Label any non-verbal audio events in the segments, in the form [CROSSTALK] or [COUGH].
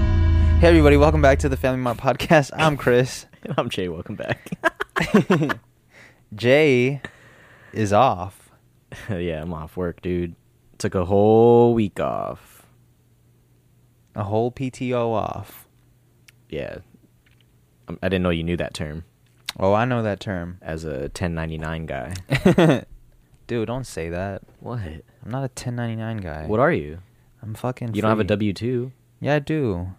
Hey everybody, welcome back to the Family Mart Podcast. I'm Chris. And [LAUGHS] I'm Jay. Welcome back. Jay is off. yeah, I'm off work, dude. Took a whole week off. A whole PTO off. Yeah, Um, I didn't know you knew that term. Oh, I know that [LAUGHS] term. As a 1099 guy. Dude, don't say that. what? I'm not a 1099 guy. What are you? I'm fucking You don't have a free. W two. Yeah, I do.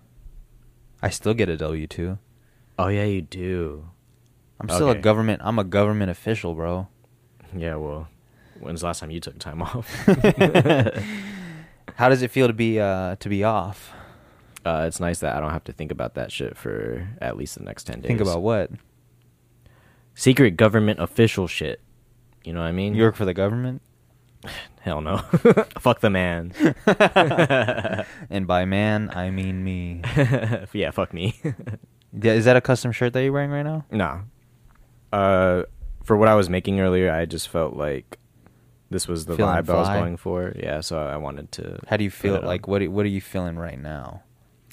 I still get a W2. Oh yeah, you do. I'm still a Okay. government I'm a government official, [LAUGHS] bro. Yeah. Well, when's the last time you took time off? [LAUGHS] How does it feel to be uh to be off? uh, it's nice that I don't have to think about that shit for at least the next ten days. Think about what? secret government official shit. You know what I mean? You work for the government? hell [LAUGHS] no. Fuck the man. [LAUGHS] And by man, I mean me. [LAUGHS] yeah, fuck me. Yeah, Is that a custom shirt that you're wearing right now? Nah. Uh, for what I was making earlier, I just felt like this was the Feeling vibe I was fly? going for. Yeah, so I wanted to. How do you put feel? it on. Like, what are- what are you feeling right now?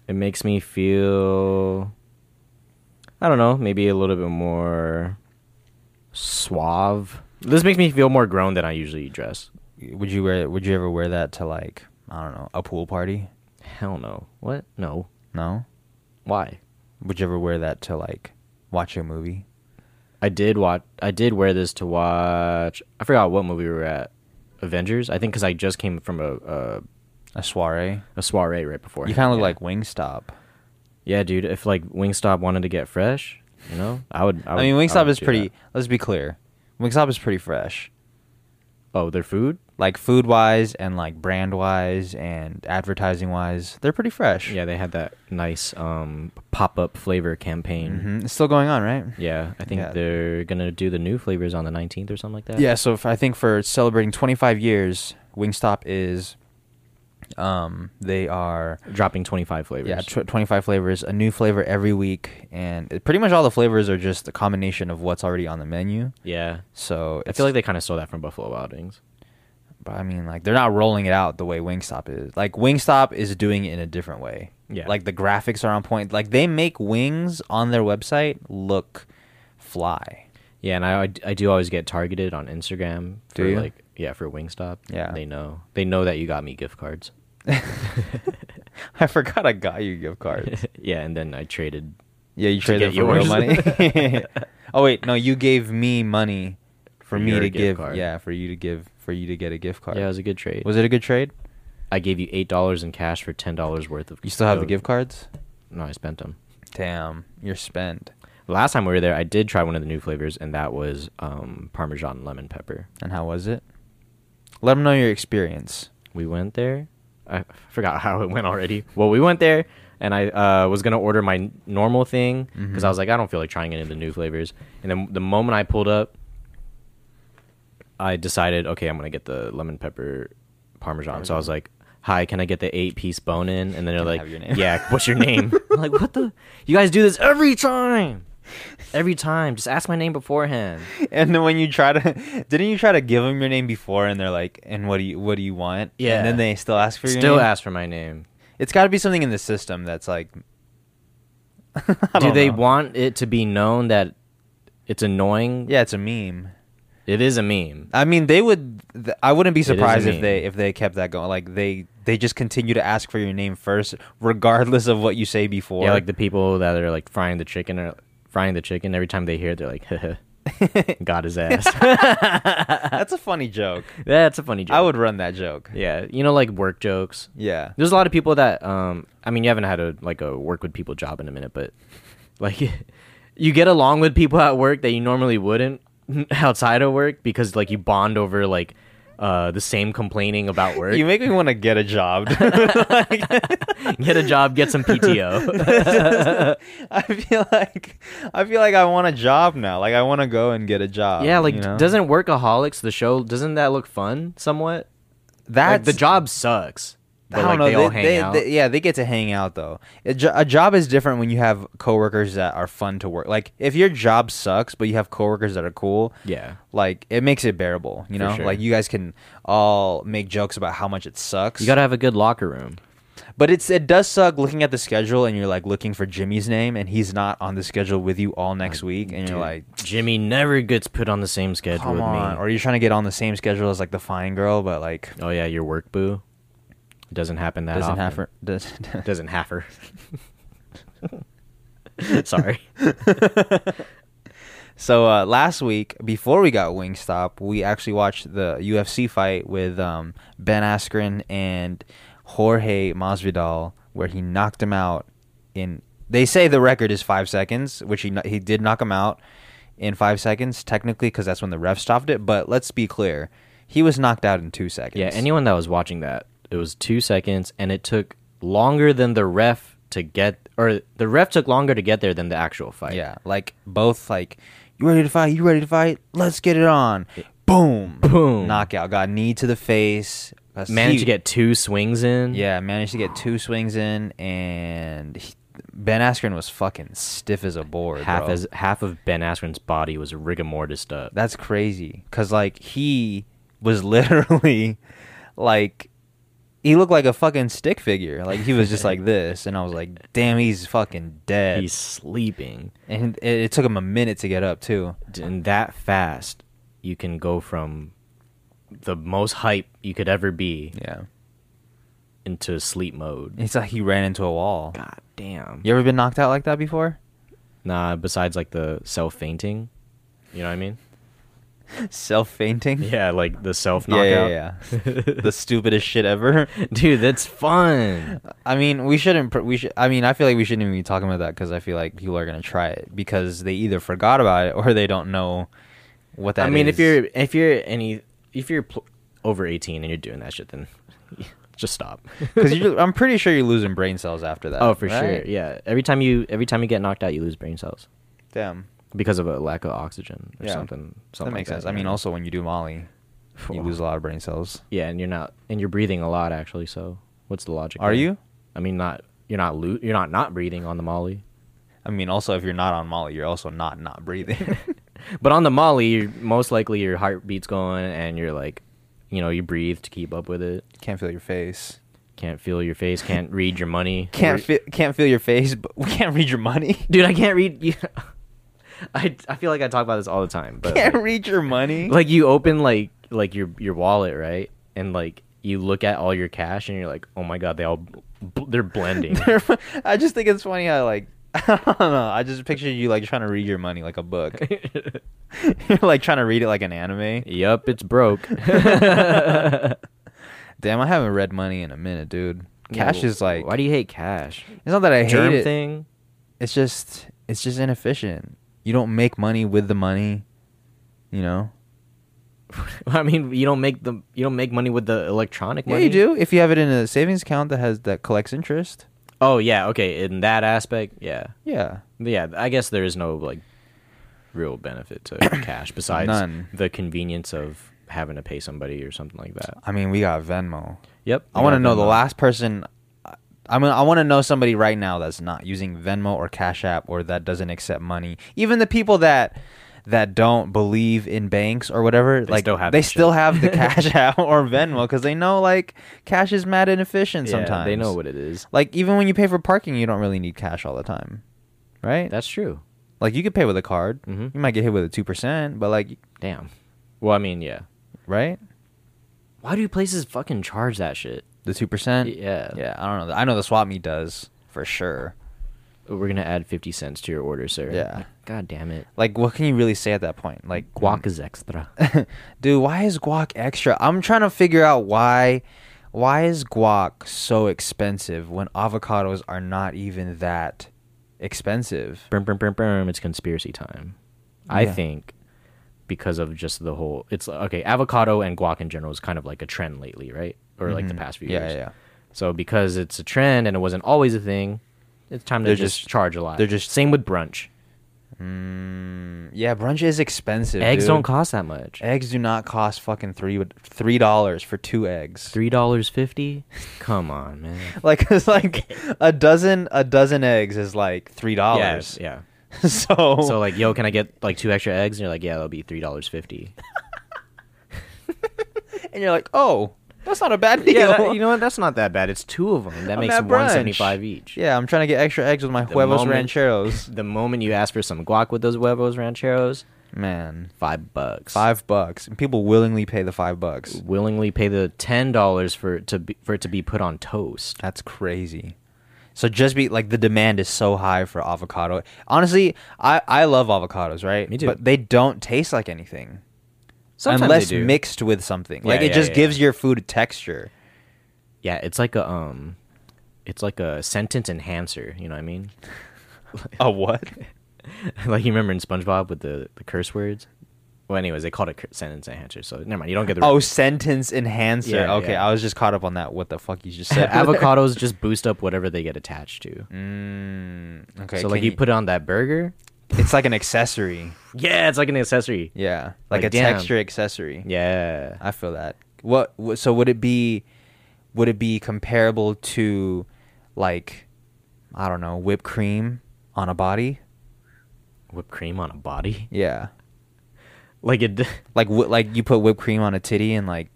It makes me feel. I don't know, maybe a little bit more suave. This makes me feel more grown than I usually dress. Would you wear? Would you ever wear that to like I don't know a pool party? Hell no. What? No. No. Why? Would you ever wear that to like watch a movie? I did watch. I did wear this to watch. I forgot what movie we were at. Avengers. I think because I just came from a, a A soiree. a soiree right before. You kind of look yeah. like Wingstop. Yeah, dude. If like Wingstop wanted to get fresh, you know, I would. I, I, would, mean, I Wingstop would is do pretty. that. Let's be clear. Wingstop is pretty fresh, Oh, their food. like food wise and like brand wise and advertising wise. They're pretty fresh. Yeah, they had that nice um, pop up flavor campaign. hmm It's still going on, right? Yeah, I think Yeah. they're gonna do the new flavors on the nineteenth or something like that. Yeah, so if, I think for celebrating 25 years, Wingstop is, um, they are dropping twenty five flavors. yeah tw- 25 flavors, a new flavor every week, and it, pretty much all the flavors are just a combination of what's already on the menu. yeah. So I it's, feel like they kind of stole that from Buffalo Wild Wings. but I mean, like they're not rolling it out the way Wingstop is. Like Wingstop is doing it in a different way. Yeah. like the graphics are on point. Like they make wings on their website look [LAUGHS] fly. [LAUGHS] Yeah, and I I d- I do always get targeted on Instagram for Do you? like yeah for Wingstop. Yeah. they know they know that you got me gift cards. I forgot I got you gift cards. [LAUGHS] yeah, and then I traded. Yeah, you to traded get for real yours. [LAUGHS] money. [LAUGHS] oh wait, no, you gave me money for For me your to gift give. card. Yeah, for you to give for you to get a gift card. Yeah, it was a good trade. Was it a good trade? I gave you eight dollars in cash for ten dollars worth of. You still have the code. gift cards? No, I spent them. Damn, you're spent. Last time we were there, I did try one of the new flavors, and that was um, Parmesan lemon pepper. And how was it? Let them know your experience. [LAUGHS] We went there. I forgot how it went already. Well, we went there, and I uh, was gonna order my n- normal thing because Mhm. I was like, I don't feel like trying any of the new flavors. And then the moment I pulled up, I decided, okay, I'm gonna get the lemon pepper Parmesan. So I was like. Hi, can I get the eight piece bone in? And then they're Can I like, have your name? Yeah, [LAUGHS] what's your name? I'm like, what the? You guys do this every time. Every time. Just ask my name beforehand. And then when you try to, [LAUGHS] didn't you try to give them your name before? And they're like, "And what do you what do you want?" Yeah. And then they still ask for your Still name? ask for my name. It's got to be something in the system that's like. [LAUGHS] I Do don't they know. want it to be known that it's annoying? Yeah, it's a meme. It is a meme. I mean, they would. th- I wouldn't be It is a surprised if meme. they if they kept that going. Like they they just continue to ask for your name first, regardless of what you say before. [LAUGHS] yeah, like the people that are like frying the chicken or frying the chicken every time they hear it, they're like, [LAUGHS] got his ass. that's a funny joke. That's a funny joke. I would run that joke. Yeah, you know, like work jokes. Yeah. There's a lot of people that, um, I mean, you haven't had a like a work with people job in a minute, but [LAUGHS] like, you get along with people at work that you normally wouldn't [LAUGHS] outside of work because like you bond over like uh the same complaining [LAUGHS] about work. You make me want to get a [LAUGHS] job. get a job, get some [LAUGHS] PTO. [LAUGHS] I feel like I feel like I want a job now. Like I want to go and get a job. yeah, like you know? doesn't Workaholics the show doesn't that look fun somewhat? that like the job sucks. But I don't like know. they, all they- hang they- out. they- yeah, they get to hang out though. A, jo- a job is different when you have coworkers that are fun to work. Like if your job sucks, but you have coworkers that are cool. Yeah. Like it makes it bearable. You For know, sure. like you guys can all make jokes about how much it sucks. you gotta have a good locker room. But it's it does suck looking at the schedule and you're like looking for Jimmy's name and he's not on the schedule with you all next week and you're Uh, Dude, like Jimmy never gets put on the same schedule come with on me. or you're trying to get on the same schedule as like the fine girl but like oh yeah, your work boo. It doesn't happen that doesn't often. have her [LAUGHS] does, Doesn't haver. [LAUGHS] Sorry. So uh, last week before we got Wingstop, we actually watched the UFC fight with um, Ben Askren and Jorge Masvidal where he knocked him out in they say the record is 5 seconds, which he kno- he did knock him out in 5 seconds technically cuz that's when the ref stopped it, but let's be clear. He was knocked out in 2 seconds. Yeah, anyone that was watching that, it was two seconds, and it took longer than the ref to get, or the ref took longer to get there than the actual fight. Yeah, like both like you ready to fight? You ready to fight? Let's get it on. Boom. Boom. Knockout. Got knee to the face. That's managed to huge. get two swings in. Yeah, managed to get two swings in, and he, Ben Askren was fucking stiff as a board. half bro. as half of Ben Askren's body was rigor mortis up. that's crazy, cause like he was [LAUGHS] literally like he looked like a fucking stick figure. Like he was just [LAUGHS] like this, and I was like, damn, he's fucking dead. He's sleeping, and it, it took him a minute to get up too. and that fast, you can go from the most hype you could ever be Yeah, into sleep mode. it's like he ran into a wall. God damn. You ever been knocked out like that before? Nah, besides like the self fainting, you know what I mean? [LAUGHS] Self fainting. Yeah, like the self Yeah, knockout. yeah, yeah. the stupidest shit ever. [LAUGHS] Dude, that's fun. I mean, we shouldn't. pr- We should. I mean, I feel like we shouldn't even be talking about that because I feel like people are gonna try it because they either forgot about it or they don't know what that. I mean, if is. you're if you're any if you're pl- over 18 and you're doing that shit then [LAUGHS] just stop. [LAUGHS] [LAUGHS] because you, I'm pretty sure you're losing brain cells after that. oh, for right? sure. Yeah. Every time you every time you get knocked out, you lose brain cells Damn, because of a lack of oxygen or Yeah. something. something that makes like sense. I mean, also when you do Molly, you lose a lot of brain cells. Yeah, and you're not and you're breathing a lot actually, so what's the logic? Are there? you? I mean, not you're not lo- you're not not breathing on the Molly. [LAUGHS] [LAUGHS] I mean, also if you're not on Molly, you're also not not [LAUGHS] breathing. But on the Molly, you're, most likely your heartbeat's going and you're like, you know, you breathe to keep up with it. can't feel your face. Can't feel your face. [LAUGHS] Can't read your money. Can't Re- feel. Can't feel your face, but we can't read your money. dude. I can't read. You I I feel like I talk about this all the time, [LAUGHS] but can't like, read your money. like, you open like like your your wallet right, and like you look at all your cash and you're like, oh my god, they all bl- [LAUGHS] they're blending. I just think it's funny how like [LAUGHS] I don't know. I just picture you like trying to read your money like a [LAUGHS] book. You're like trying to read it like an [LAUGHS] anime. [LAUGHS] yup, it's broke. Damn, I haven't read money in a minute, dude. Cash Yeah, is like why do you hate cash? it's not that I hate Germ it. thing. [LAUGHS] It's just it's just inefficient. You don't make money with the money, you know. I mean, you don't make the you don't make money with the electronic money. Yeah, you do if you have it in a savings account that has that collects interest. Oh yeah, okay. In that aspect, yeah, Yeah, yeah. I guess there is no like real [COUGHS] benefit to cash besides None. the convenience of having to pay somebody or something like that. I mean we got Venmo. Yep. I we want to got know the Venmo. last person. I- I mean, I want to know somebody right now that's not using Venmo or Cash App or that doesn't accept money. Even the people that that don't believe in banks or whatever, They like still have they that still shit. [LAUGHS] have the Cash App or Venmo because they know like cash is mad inefficient Yeah, sometimes. they know what it is. Like even when you pay for parking, you don't really need cash all the time, right? That's true. like you could pay with a card. Mhm. You might get hit with a two percent, but like, Damn. Well, I mean, yeah. right? Why do places fucking charge that shit? The two percent. Yeah. yeah. I don't know. I know the swap meet does for sure. We're gonna add fifty cents to your order, sir. Yeah. Like, God damn it. Mm. Like, what can you really say at that point? Like, Guac is extra. [LAUGHS] dude. Why is guac extra? I'm trying to figure out why. Why is guac so expensive when avocados are not even that expensive? Brum, brum, brum, brum, it's conspiracy time. I Yeah. think because of just the whole it's okay, avocado and guac in general is kind of like a trend lately, right? Or like the past few Mm-hmm. Yeah, years. yeah, yeah. So because it's a trend and it wasn't always a thing, it's time to They're just, just- charge a lot. they're just- same with brunch. Mm, yeah, brunch is expensive. Eggs dude. don't cost that much. Eggs do not cost fucking three three dollars for two eggs. Three dollars fifty? Come on, man. [LAUGHS] Like [LAUGHS] it's like a dozen a dozen eggs is like three dollars. Yeah. [LAUGHS] so yeah. So like, yo, can I get like two extra eggs? And you're like, yeah, that'll be three dollars fifty. and you're like, oh, That's not a bad deal. Yeah, that- you know what? That's not that bad. It's two of them. That I'm makes at brunch. one seventy five each. Yeah, I'm trying to get extra eggs with my The huevos moment- [LAUGHS] rancheros. The moment you ask for some guac with those huevos rancheros, Man, five bucks. five bucks, and people willingly pay the five bucks. willingly pay the ten dollars for it to be, for it to be put on toast. That's crazy. So just be like the demand is so high for avocado. Honestly, I I love avocados, right? Me too. But they don't taste like anything unless mixed with something. Yeah, like it yeah, just yeah, gives yeah. your food texture. Yeah, it's like a um, it's like a sentence enhancer. You know what I mean? A what? [LAUGHS] like you remember in SpongeBob with the, the curse words. Well, anyways, they called it cur- sentence enhancer. So never mind. You don't get [LAUGHS] the [LAUGHS] Oh, sentence enhancer. Yeah, okay, yeah. I was just caught up on that. What the fuck you just [LAUGHS] said? avocados just boost up whatever they get attached to. Mm, [LAUGHS] okay, so like can you put it on that burger. it's like an accessory. Yeah, it's like an accessory. Yeah, like, Like, a damn. texture accessory. Yeah. I feel that. What wh- so would it be would it be comparable to like I don't know, whipped cream on a body? Whipped cream on a body. [LAUGHS] Yeah. Like it. d- [LAUGHS] Like wh- like you put whipped cream on a titty and like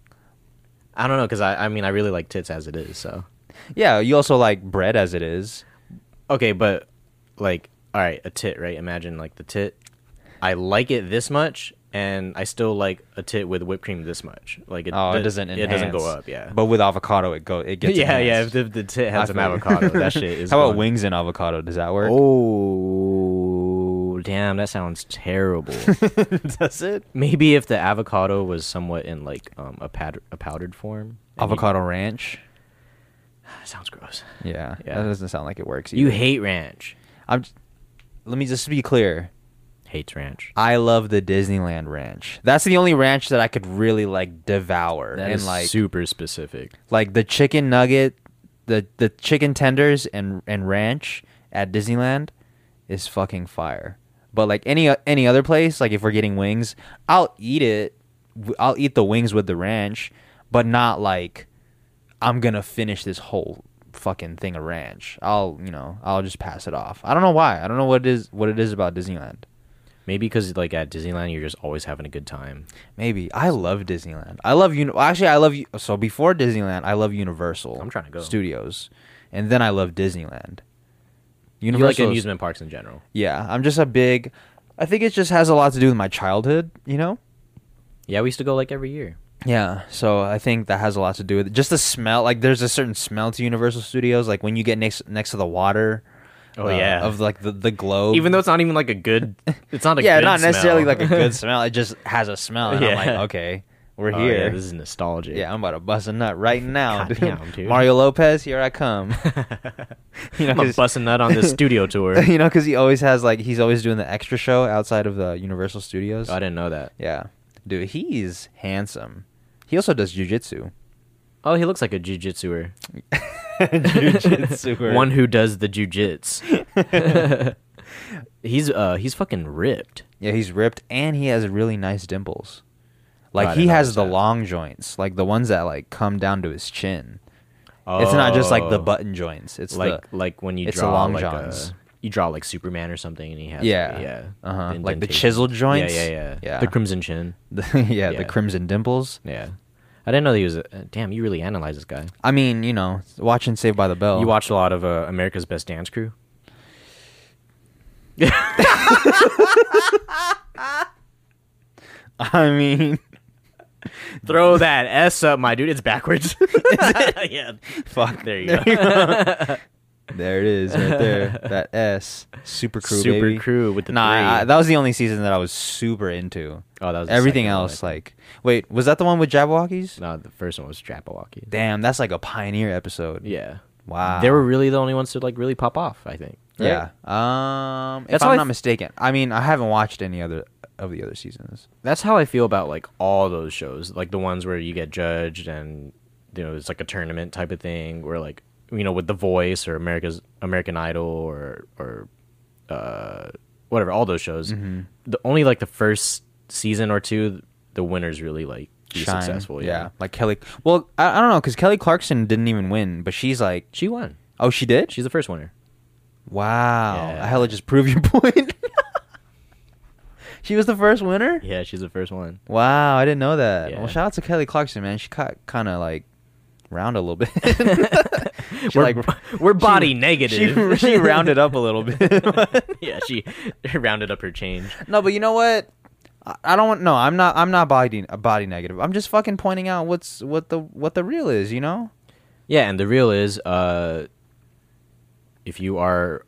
I don't know because I I mean I really like tits as it is. So yeah, you also like bread as it is. okay, but like all right, a tit right? Imagine like the tit. I like it this much, and I still like a tit with whipped cream this much. Like it. Oh, the- it doesn't It doesn't go enhance. up. Yeah. But with avocado it go it gets [LAUGHS] yeah, yeah. enhanced. If the, the tit I has some feel you. avocado, [LAUGHS] that shit is. How about gone. wings and avocado? Does that [LAUGHS] work? Oh, damn! That sounds [LAUGHS] terrible. Does it? Maybe if the avocado was somewhat in like um, a pad- a powdered form. and you- Avocado ranch? sounds gross. Yeah. Yeah. That doesn't sound like it works. You either. hate ranch. I'm Let me just be clear. Hates ranch. I love the Disneyland Ranch. That's the only ranch that I could really like devour That and is like super specific. like the chicken nugget, the the chicken tenders and and ranch at Disneyland is fucking fire. But like any any other place, like if we're getting wings, I'll eat it. W- I'll eat the wings with the ranch, but not like I'm gonna finish this whole fucking thing of ranch. I'll you know I'll just pass it off. I don't know why. I don't know what it is what it is about Disneyland. Maybe because like at Disneyland, you're just always having a good time. Maybe I love Disneyland. I love you. Actually, I love you. So before Disneyland, I love Universal. I'm trying to go. Studios, and then I love Disneyland. You like Universal. is- amusement parks in general. yeah, I'm just a big. I think it just has a lot to do with my childhood. You know. Yeah, we used to go like every year. Yeah, so I think that has a lot to do with it. Just the smell, like there's a certain smell to Universal Studios, like when you get next next to the water. uh, Oh, yeah. of like the the globe. Even though it's not even like a [LAUGHS] good. It's not a yeah, good not necessarily smell. like a [LAUGHS] good smell. It just has a smell, and I'm like, Yeah. okay, we're Oh, here. yeah, this is nostalgic. Yeah, I'm about to bust a nut [LAUGHS] right now, dude. Goddamn, dude. Mario Lopez, here I [LAUGHS] come. [LAUGHS] you know, 'cause- busting that on [LAUGHS] this studio tour. Oh, you know, because he always has like he's always doing the extra show outside of the Universal Studios. I didn't know that. Yeah, dude, he's handsome. He also does [LAUGHS] [LAUGHS] jujitsu. Oh, he looks like a jujitsuer. Jujitsuer. [LAUGHS] One who does the [LAUGHS] jujits. he's uh he's fucking ripped. Yeah, he's ripped and he has really nice dimples. Oh, I Like he didn't has notice the that. long joints, like the ones that like come down to his chin. It's not just like the Oh. button joints. It's like the, like when you it's the draw long like johns. A, you draw like Superman or something, and he has Yeah. yeah Uh-huh. the Like the indentation. chiseled joints? Yeah, yeah, yeah, Yeah. The crimson chin. the [LAUGHS] yeah, yeah. the crimson dimples. Yeah, I didn't know that he was. A, uh, damn, you really analyze this guy. I mean, you know, watching Saved by the Bell. You watched a lot of uh, America's Best Dance Crew. [LAUGHS] I [LAUGHS] mean, Throw that S up, my dude. It's [LAUGHS] backwards. [LAUGHS] yeah. fuck. There you There go. you go. [LAUGHS] There it is, right there. That S, Super Crew, Super baby. Crew with the Nah, three. I- that was the only season that I was super into. Oh, that was the Everything second one, else, I like, wait, was that the one with Jabberwockies? No, the first one was Jabberwocky. Damn, that's like a pioneer episode. Yeah. Wow. They were really the only ones to like really pop off. I think. right? Yeah. Um, if That's how I'm I not f- mistaken, I mean, I haven't watched any other of the other seasons. That's how I feel about like all those shows, like the ones where you get judged and you know it's like a tournament type of thing, where like you know with The Voice or America's American Idol or or uh, whatever, all those shows. The only like the first season or two, the winners really like be Shine, successful. Like Kelly. Well, I, I don't know because Kelly Clarkson didn't even win, but she's like, she won. oh, she did. She's the first winner. Wow. Yeah. Hella just prove your [LAUGHS] point. she was the first winner? Yeah, she's the first one. Wow, I didn't know that. Yeah. Well, shout out to Kelly Clarkson, man. She caught kind of like round a little [LAUGHS] bit. She, we're, like, [LAUGHS] we're [LAUGHS] body she- negative. She, [LAUGHS] she rounded up a little bit. [LAUGHS] yeah, she rounded up her change. no, but you know what? I- I don't want. No, I'm not. I'm not body body negative. I'm just fucking pointing out what's what the what the real is. You know. Yeah, and the real is, uh, if you are,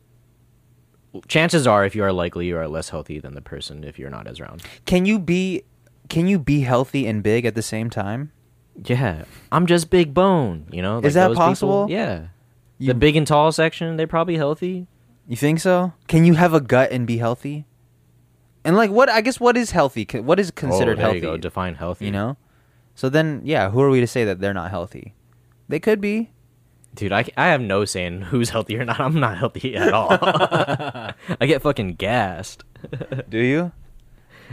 chances are, if you are likely, you are less healthy than the person if you're not as round. Can you be? Can you be healthy and big at the same time? Yeah, I'm just big bone. You know, Is that people- possible? yeah, You- the big and tall section, they're probably healthy. You think so? Can you have a gut and be healthy? And like, what? I guess what is healthy? Co- What is considered oh, there healthy? You go. Define healthy. you know. So then, yeah, who are we to say that they're not healthy? They could [LAUGHS] be. dude, I, I have no saying who's healthy or not. I'm not healthy [LAUGHS] at all. [LAUGHS] I get fucking gassed. Do you?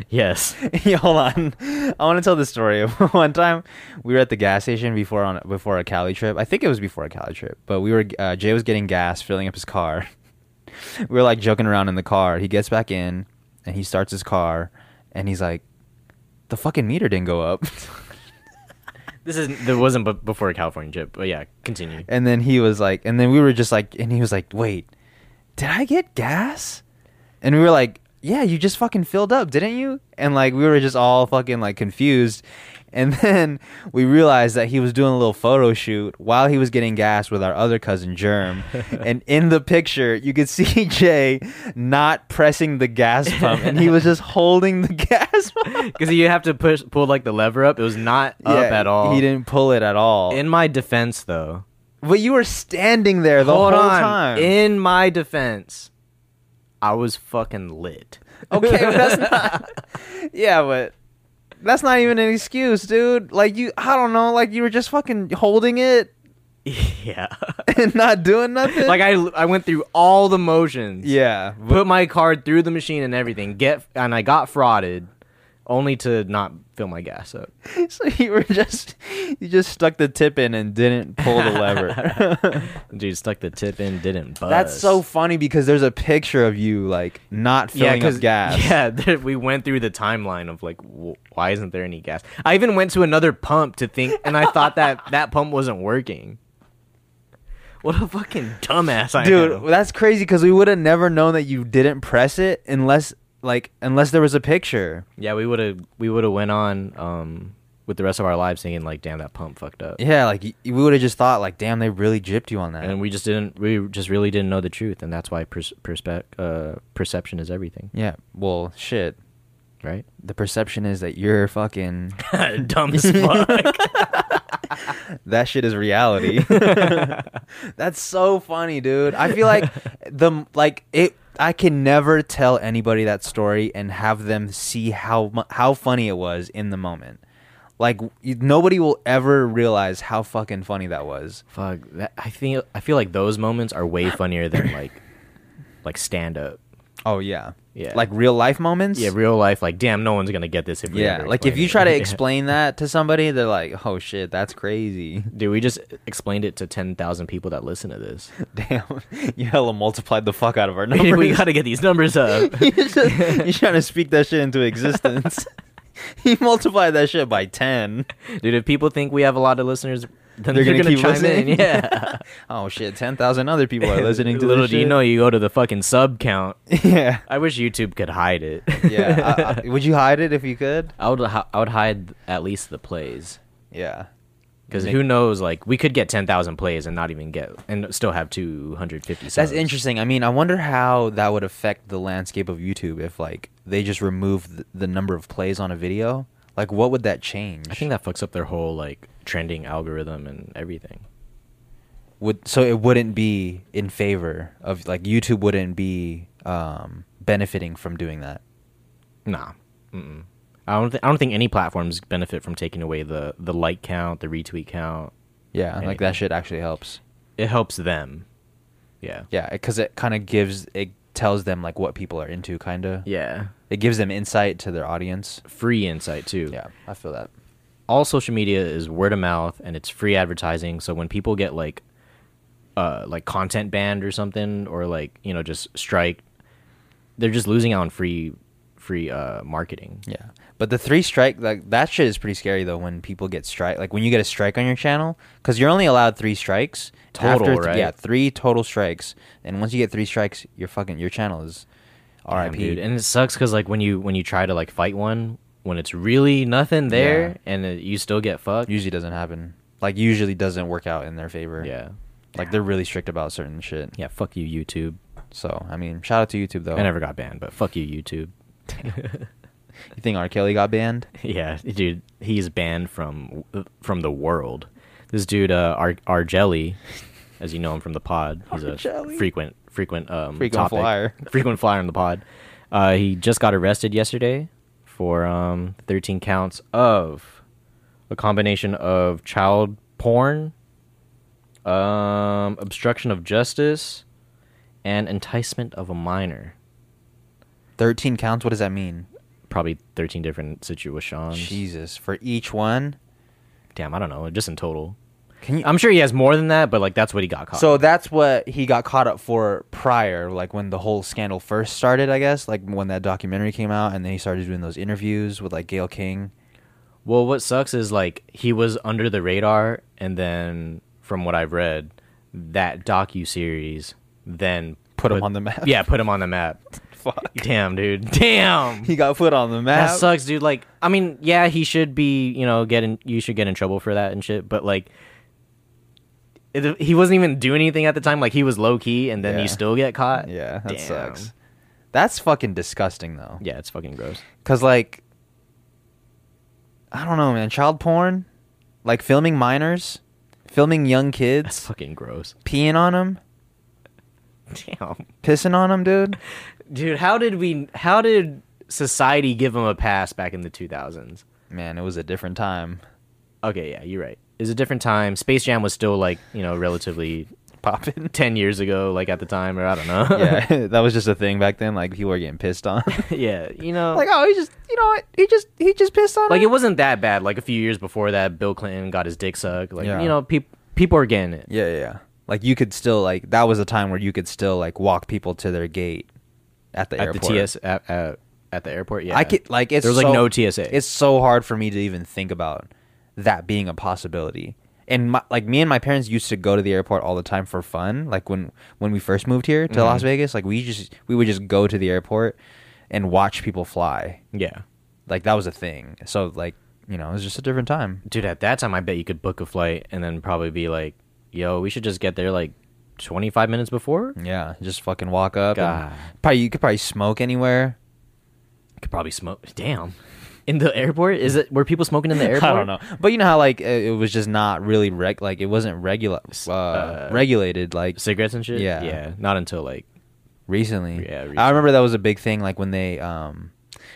yes. [LAUGHS] yeah, hold on. I want to tell the story [LAUGHS] of one time we were at the gas station before on before a Cali trip. I think it was before a Cali trip, but we were uh, Jay was getting gas, filling up his car. [LAUGHS] we were like joking around in the car. He gets back in and he starts his car, and he's like, "The fucking meter didn't go up." [LAUGHS] This is there wasn't b- before a California trip, but yeah, continue. and then he was like, and then we were just like, and he was like, "Wait, did I get gas?" And we were like, "Yeah, you just fucking filled up, didn't you?" And like we were just all fucking like confused. And [LAUGHS] then we realized that he was doing a little photo shoot while he was getting gas with our other cousin [LAUGHS] Germ. and in the picture, you could see [LAUGHS] Jay not pressing the gas pump and he was just holding the [LAUGHS] gas pump. Because you have to push pull like the lever up. It was not up Yeah, at all. He didn't pull it at all. In my defense, though, but you were standing there the hold whole on. time. In my defense, I was fucking lit. Okay, but that's not. Yeah, but that's not even an excuse, dude. Like you, I don't know. Like you were just fucking holding it [LAUGHS] [LAUGHS] yeah. and not doing nothing. like I I went through all the motions. yeah, but Put my card through the machine and everything. Get and I got frauded, only to not fill my gas up. [LAUGHS] so you were just you just stuck the tip in and didn't pull the [LAUGHS] lever. [LAUGHS] Dude, stuck the tip in, didn't buzz. that's so funny because there's a picture of you like not filling up 'cause- gas. [LAUGHS] Yeah, there, we went through the timeline of like, w- why isn't there any gas? I even went to another pump to think, and I [LAUGHS] thought that that pump wasn't working. What a fucking dumbass I Dude, am. that's crazy because we would have never known that you didn't press it unless like unless there was a picture. Yeah, we would have we would have went on um, with the rest of our lives thinking like, damn, that pump fucked up, Yeah, like y- we would have just thought like, damn, they really gypped you on that. and we just didn't. We just really didn't know the truth, and that's why pers- perspe- uh, perception is everything, Yeah. Well, shit. [LAUGHS] right? The perception is that you're fucking. Dumb as fuck. [LAUGHS] that shit is reality. [LAUGHS] That's so funny, dude. I feel like the like it. I can never tell anybody that story and have them see how mu- how funny it was in the moment. Like you, nobody will ever realize how fucking funny that was. [LAUGHS] Fuck, that, I feel I feel like those moments are way funnier than like like stand up. Oh yeah. Yeah. Like real life moments. [LAUGHS] Yeah, real life, like damn, no one's gonna get this if we yeah. ever Like if explain you it. try to [LAUGHS] Yeah. explain that to somebody, they're like, "Oh shit, that's crazy." [LAUGHS] Dude, we just explained it to ten thousand people that listen to [LAUGHS] this. [LAUGHS] Damn, you hella multiplied the fuck out of our numbers. we gotta get these [LAUGHS] numbers up. you're, just, you're trying to speak that shit into existence. [LAUGHS] you multiply that shit by ten. Dude, if people think we have a lot of listeners, then They're they're, gonna gonna, keep chime listening. in. [LAUGHS] Yeah. Oh shit, ten thousand other people [LAUGHS] are listening to Little this do you shit. know you go to the fucking sub count. [LAUGHS] yeah, I wish YouTube could hide it. [LAUGHS] yeah. I- I- [LAUGHS] would you hide it if you could? [LAUGHS] I would hi- I would hide at least the plays. Yeah. Because Make- who knows? Like we could get ten thousand plays and not even get, and still have two hundred fifty. That's interesting. I mean, I wonder how that would affect the landscape of YouTube if, like, they just removed th- the number of plays on a video. Like, what would that change? I think that fucks up their whole like trending algorithm and everything. would so it wouldn't be in favor of like YouTube wouldn't be um, benefiting from doing that. Nah, Mm-mm. I don't. Th- I don't think any platforms benefit from taking away the the like count, the retweet count. Yeah, like Anything. that shit actually helps. It helps them. Yeah. Yeah, because it kind of gives it tells them like what people are into, kind of. Yeah. It gives them insight to their audience. Free insight too. Yeah, I feel that. all social media is word of mouth and it's free advertising so when people get like uh like content banned or something or like you know just strike they're just losing out on free free uh marketing Yeah, But the three strike, like that shit is pretty scary though. When people get strike, like when you get a strike on your channel, because you're only allowed three strikes Total, After th- right? Yeah, three total strikes, and once you get three strikes, your fucking your channel is Damn, R.I.P. dude. And it sucks because like when you when you try to like fight one when it's really nothing there Yeah. and uh, you still get fucked. usually doesn't happen. Like usually doesn't work out in their favor. yeah, Like they're really strict about certain shit. yeah. Fuck you, YouTube. So I mean, shout out to YouTube though. I never got banned, but fuck you, YouTube. [LAUGHS] You think R. Kelly got banned? yeah, dude, he's banned from from the world. This dude, uh, Ar- Argelli, as you know him from the pod, he's a Argelli. frequent frequent um Frequent topic- flyer. [LAUGHS] frequent flyer in the pod. Uh, he just got arrested yesterday for um 13 counts of a combination of child porn, um, obstruction of justice, and enticement of a minor. Thirteen counts. What does that mean? Probably 13 different situations. Jesus, for each one. Damn, I don't know. Just in total. Can you? I'm sure he has more than that, but like that's what he got caught. So with. that's what he got caught up for prior, like when the whole scandal first started, I guess, like when that documentary came out, and then he started doing those interviews with like Gail King. well, what sucks is like he was under the radar, and then from what I've read, that docu series then Put him on the map. [LAUGHS] Yeah, put him on the map. [LAUGHS] Fuck. Damn, dude. [LAUGHS] Damn. He got put on the map. That sucks, dude. Like, I mean, yeah, he should be, you know, getting you should get in trouble for that and shit. But like, it, he wasn't even doing anything at the time. Like, he was low key, and then Yeah. you still get caught. Yeah, that Damn. sucks. That's fucking disgusting though. Yeah, it's fucking gross. Cause like, I don't know, man. Child porn, like filming minors, filming young That's [LAUGHS] kids, fucking gross. peeing on them, Damn. pissing on them, dude. Dude, how did we? How did society give him a pass back in the 2000s? Man, it was a different [LAUGHS] time. Okay, yeah, you're right. It was a different time. Space Jam was still like you know relatively [LAUGHS] Poppin'. 10 years ago, like at the time, or I don't know. yeah, [LAUGHS] that was just a thing back then. Like people were getting pissed on. [LAUGHS] [LAUGHS] yeah, you know, like like, oh, he just you know what? He just he just pissed on. it him. wasn't that bad. Like a few years before that, Bill Clinton got his dick sucked. Like Yeah. you know, people people are getting it. yeah, yeah, yeah. Like you could still like that was a time where you could still like walk people to their gate at the at airport. the TS at, at, at the airport. Yeah, I could like it's there was so- like no TSA. It's so hard for me to even think about that being a possibility. And my, like me and my parents used to go to the airport all the time for fun. Like when when we first moved here Mm-hmm. to Las Vegas, like we just we would just go to the airport and watch people fly. yeah, Like that was a thing. So like you know, it was just a different time. dude. At that time, I bet you could book a flight and then probably be like, yo, we should just get there like 25 minutes before. Yeah, just fucking walk up. and God. Probably you could probably smoke anywhere. [LAUGHS] Could probably smoke. Damn. In the airport? Is it were people smoking in [LAUGHS] the airport? I don't know, but you know how like it it was just not really reg like it wasn't regular uh, uh, regulated like Cigarettes and shit? Yeah. Yeah. Not until like recently. Yeah, I recently. remember that was a big thing like when they um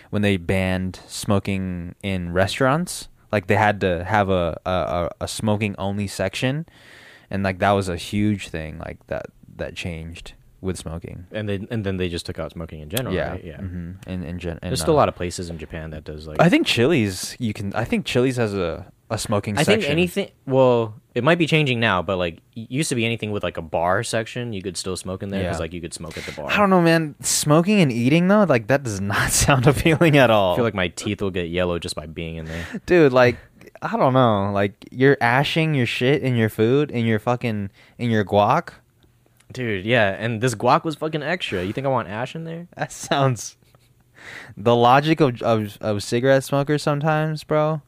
when they banned smoking in restaurants. Like they had to have a a, a, a smoking only section, and like that was a huge thing like that that changed with smoking. and then and then they just took out smoking in general, yeah, right? Yeah. hmm In in uh, gen- There's still a lot of places in Japan that does like I think Chili's you can. I think Chili's has a a smoking. I section. think anything well, it might be changing now, but like it used to be anything with like a bar section, you could still smoke in there because Yeah. like you could smoke at the bar. I don't know, man. Smoking and eating though, like that does [LAUGHS] not sound appealing at all. I feel like my teeth will get yellow just by being in there. dude, like I don't know, like you're ashing your shit in your food in your fucking in your guac. [LAUGHS] Dude, yeah, and this guac was fucking extra. You think I want ash in there? That [LAUGHS] sounds. The logic of of, of cigarette smokers sometimes, bro.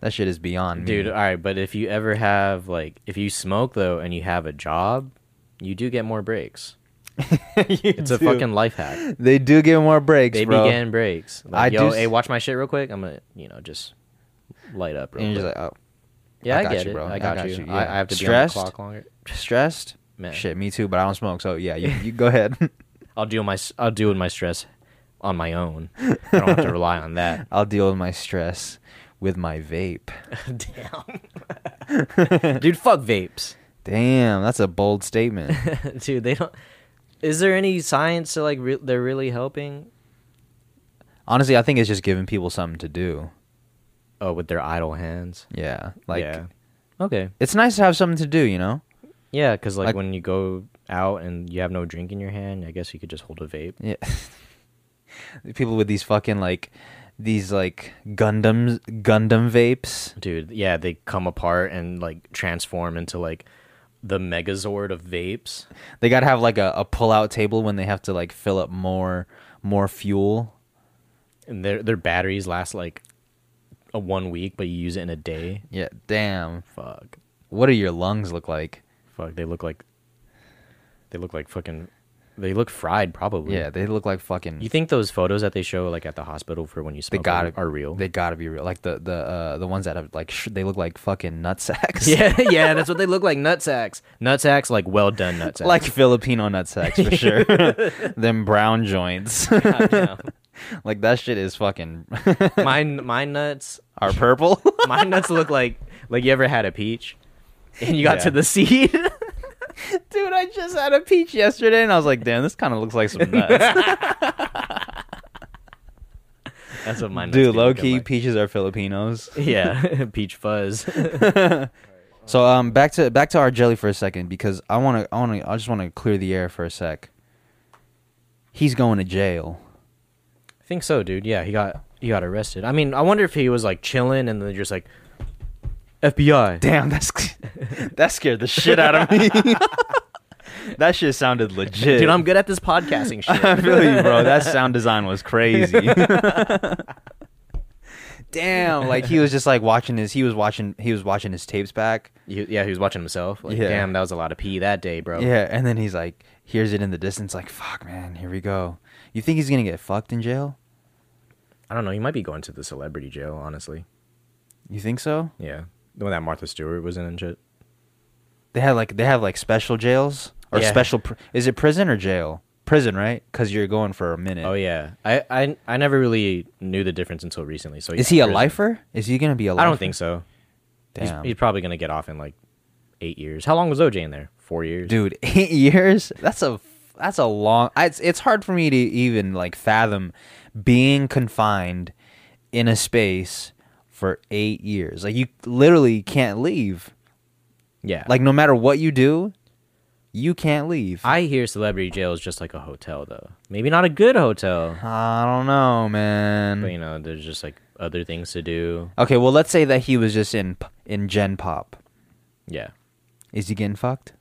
That shit is beyond me. [LAUGHS] Dude, all right, but if you ever have like if you smoke though and you have a job, you do get more breaks. It's a fucking life hack. They do get more breaks, They bro. be getting breaks. Like, I yo, do s- hey, watch my shit real quick. I'm gonna, you know, just light up. Real and you're quick. just like, oh, yeah, I I, got get you, it, bro. I got, you. yeah. I, I have to Stressed? be on the clock longer. stressed. Man. Shit, me too. But I don't smoke, so yeah, you, you go ahead. [LAUGHS] I'll deal my, s- I'll deal with my stress on [LAUGHS] my own. I don't have to rely on that. [LAUGHS] I'll deal with my stress with my vape. Damn, [LAUGHS] dude, fuck vapes, [LAUGHS] Damn, that's a bold statement. dude. They don't. Is there any science to like re- they're really helping? Honestly, I think it's just giving people something to do. Oh, with their idle hands. Yeah, like yeah. okay, it's nice to have something to do, you know? yeah, because like, Like- when you go out and you have [LAUGHS] no drink in your hand, I guess you could just hold a vape. Yeah. people with these fucking like these like Gundams, Gundam vapes. dude. Yeah, they come apart and like transform into like the Megazord of vapes. They gotta have like a, a pull out table when they have to like fill up more more fuel. and their their batteries last like a one week, but you use it in a day. Yeah, damn. Fuck, What do your lungs look like? fuck. They look like they look like fucking. They look fried, probably. Yeah, they look like fucking. You think those photos that they show like at the hospital for when you they smoke gotta are, are real? They gotta be real. Like the the uh, the ones that have like sh- they look like fucking nut sacks. [LAUGHS] yeah, yeah, that's what they look like. Nut sacks, nut sacks, like well [LAUGHS] done nut [LAUGHS] sacks. like Filipino nut sacks for [LAUGHS] sure. [LAUGHS] Them brown joints. [LAUGHS] like that shit is fucking [LAUGHS] my my nuts, are purple. [LAUGHS] my nuts look like like you ever had a peach, and you got Yeah. to the seed. Dude, I just had a peach yesterday and I was like, damn, this kind of looks like [LAUGHS] some nuts. that's what my nuts Dude, do low look key, like. peaches are Filipinos. Yeah, [LAUGHS] peach fuzz. So um, back to back to our jelly for a second because I want to I want to I just want to clear the air for a sec. He's going to jail. I think so, dude. Yeah, he got he got arrested. I mean, I wonder if he was like chilling and then just like FBI. Damn, [LAUGHS] that's that scared the shit out of me. [LAUGHS] that shit sounded legit. Dude, I'm good at this podcasting [LAUGHS] I [LAUGHS] shit. feel you, bro. That sound design was crazy. [LAUGHS] Damn, like he was just like watching his he was watching he was watching his tapes back. He- yeah, he was watching himself. Like, Yeah. damn, that was a lot of pee that day, bro. Yeah, and then he's like hears it in the distance like fuck man, here we go. You think he's going to get fucked in jail? I don't know. He might be going to the celebrity jail, honestly. You think so? Yeah, the one that Martha Stewart was in and shit. They had like they have like special jails or Yeah. special pr- is it prison or jail? Prison, right? Cuz you're going for a minute. Oh yeah, I, I I never really knew the difference until recently. So Is yeah, he a prison. lifer? Is he going to be a lifer? I don't think so. He's, Damn. he's probably gonna get off in like eight years. How long was OJ in there? Four years. dude [LAUGHS] 8 years that's a that's a long I- it's it's hard for me to even like fathom being confined in a space for 8 years like you literally can't leave Yeah. like no matter what you do you can't leave I, I hear celebrity jail is just like a hotel, though. Maybe not a good hotel. don't know But man you know, there's just like other things to do. okay well let's say that he was just in p- in gen pop Yeah. is he getting fucked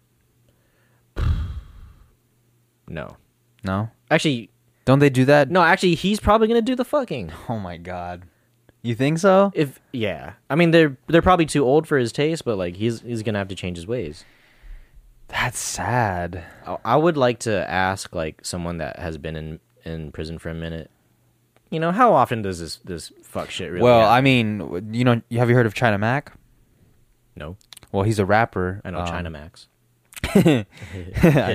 No. no Actually, don't they do that no. Actually, he's probably gonna do the fucking. oh my god you think so If yeah, I mean they're they're probably too old for his taste, but like he's he's gonna have to change his ways. that's sad I, I would like to ask like someone that has been in in prison for a minute. You know, how often does this this fuck shit really? well i happen? mean w- you know have you heard of china mac no, Well, he's a rapper. I know um, China Max. [LAUGHS] I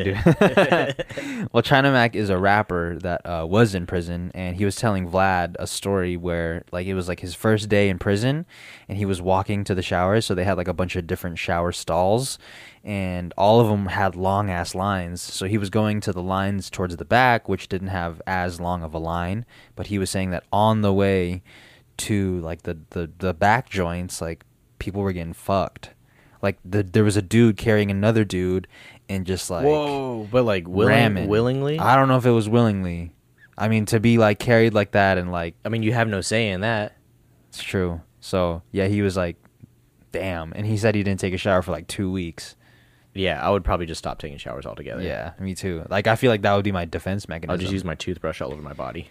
do. well, China Mac is a rapper that uh, was in prison, and he was telling Vlad a story where, like, it was like his first day in prison, and he was walking to the showers. So they had like a bunch of different shower stalls, and all of them had long ass lines. So he was going to the lines towards the back, which didn't have as long of a line. But he was saying that on the way to like the the, the back joints, like people were getting fucked. Like the, there was a dude carrying another dude, and just like but like willing, ramming. willingly. I don't know if it was willingly. I mean, to be like carried like that and like I mean, you have no say in that. it's true. So yeah, he was like, damn, and he said he didn't take a shower for like two weeks. Yeah, I would probably just stop taking showers altogether. Yeah, me too. Like I feel like that would be my defense mechanism. [LAUGHS] I'll just use my toothbrush all over my body.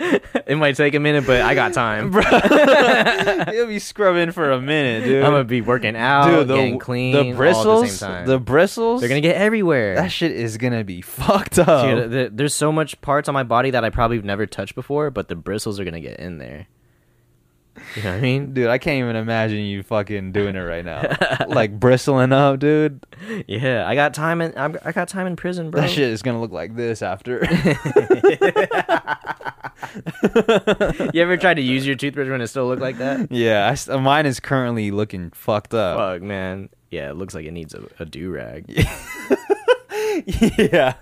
it might take a minute, but I [LAUGHS] got time. He'll be scrubbing for a minute, dude. I'm gonna be working out, dude, the, getting clean, the bristles, all at the same time. the bristles, They're gonna get everywhere. that shit is gonna be [LAUGHS] fucked up. Dude, th- there's so much parts on my body that I probably have never touched before, but the bristles are gonna get in there. You know what [LAUGHS] I mean? Dude, I can't even imagine you fucking doing it right now. [LAUGHS] like bristling up, dude. Yeah, I got time in. I'm, I got time in prison, bro. That shit is gonna look like this [LAUGHS] after. [LAUGHS] You ever tried to use your toothbrush when it still looked like that? yeah, I s mine is currently looking fucked up. Fuck, man. Yeah, it looks like it needs a, a do rag. [LAUGHS] yeah,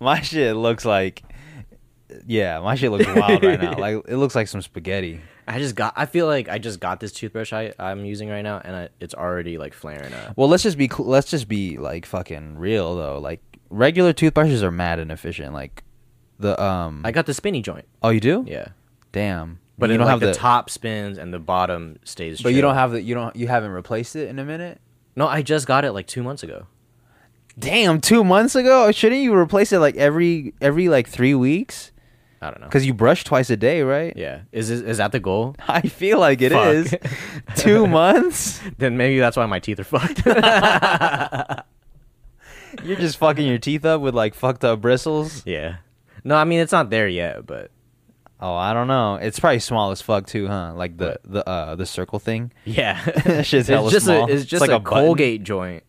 my shit looks like. Yeah, my shit looks wild right [LAUGHS] now. Like it looks like some spaghetti. I just got. I feel like I just got this toothbrush I I'm using right now, and I, it's already like flaring up. Well, let's just be cl- let's just be like fucking real though. Like regular toothbrushes are mad inefficient. Like The um. I got the spinny joint. oh, you do? Yeah, Damn. but you it, don't like, have the, top spins and the bottom stays. But you true. don't have the. You don't. You haven't replaced it in a minute. No, I just got it like two months ago. Damn, two months ago. Shouldn't you replace it like every every like three weeks? I don't know. Because you brush twice a day, right? Yeah, is this, is that the goal? [LAUGHS] I feel like it Fuck. is. [LAUGHS] two months. [LAUGHS] Then maybe that's why my teeth are fucked. You're just fucking your teeth up with like fucked up bristles. [LAUGHS] yeah. No, I mean it's not there yet, but Oh, I don't know. It's probably small as fuck too, huh? Like the the uh the circle thing. [LAUGHS] yeah, That shit's it's hella just small. a it's It's just like a, a button. Colgate joint.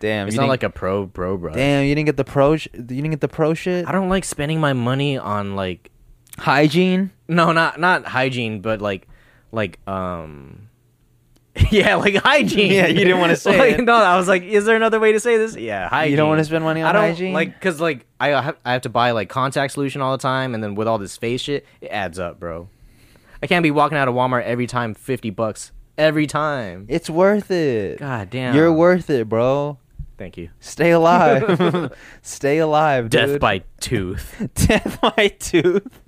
Damn, It's you not didn't- like a pro pro [LAUGHS] brush. damn. You didn't get the pro. Sh- you didn't get the pro shit. I don't like spending my money on like Hygiene. no, not not hygiene, but like like um [LAUGHS] yeah, like hygiene. Yeah, you didn't [LAUGHS] wanna say Like, it. No, I was like, is there another way to say this? Yeah, hygiene. You don't want to spend money on I don't hygiene. like because like I have, I have to buy like contact solution all the time, and then with all this face shit, it adds up, bro. I can't be walking out of Walmart every time fifty bucks every time. it's worth it. God damn, You're worth it, bro. Thank you. Stay [LAUGHS] alive. Stay alive, Death dude. by tooth. [LAUGHS] Death by tooth.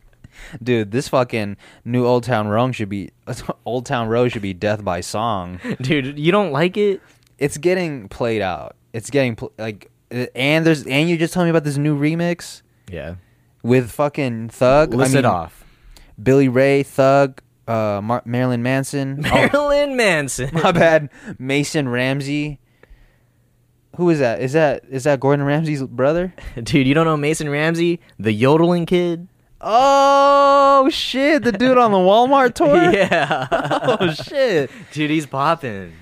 Dude, this fucking new Old Town Road should be [LAUGHS] Old Town Road should be death by song. [LAUGHS] Dude, you don't like it? it's getting played out. It's getting pl- like, uh, and there's and you just told me about this new remix Yeah. with fucking Thug. List I it mean, off. [LAUGHS] Billy Ray, Thug, uh, Mar- Marilyn [LAUGHS] Manson. oh, Marilyn Manson. [LAUGHS] my bad. Mason Ramsey. Who is that? Is that is that Gordon Ramsay's brother? [LAUGHS] Dude, you don't know Mason Ramsey, the [LAUGHS] yodeling kid? Oh shit! The dude on the Walmart [LAUGHS] tour. [LAUGHS] Yeah. Oh shit! Dude, he's popping.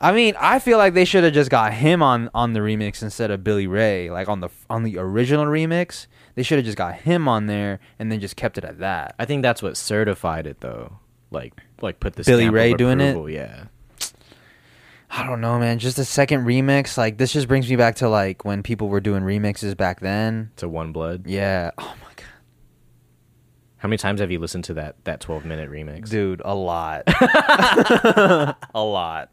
I mean, I feel like they should have just got him on on the remix instead of Billy Ray. Like on the on the original remix, they should have just got him on there and then just kept it at that. I think that's what certified it though. Like like put the Billy stamp of Ray doing it? approval, Yeah. I don't know, man. Just a second remix, like this just brings me back to like when people were doing remixes back then. To one blood. Yeah. Oh my god, How many times have you listened to that that 12 minute remix? dude, a [LAUGHS] lot, a lot.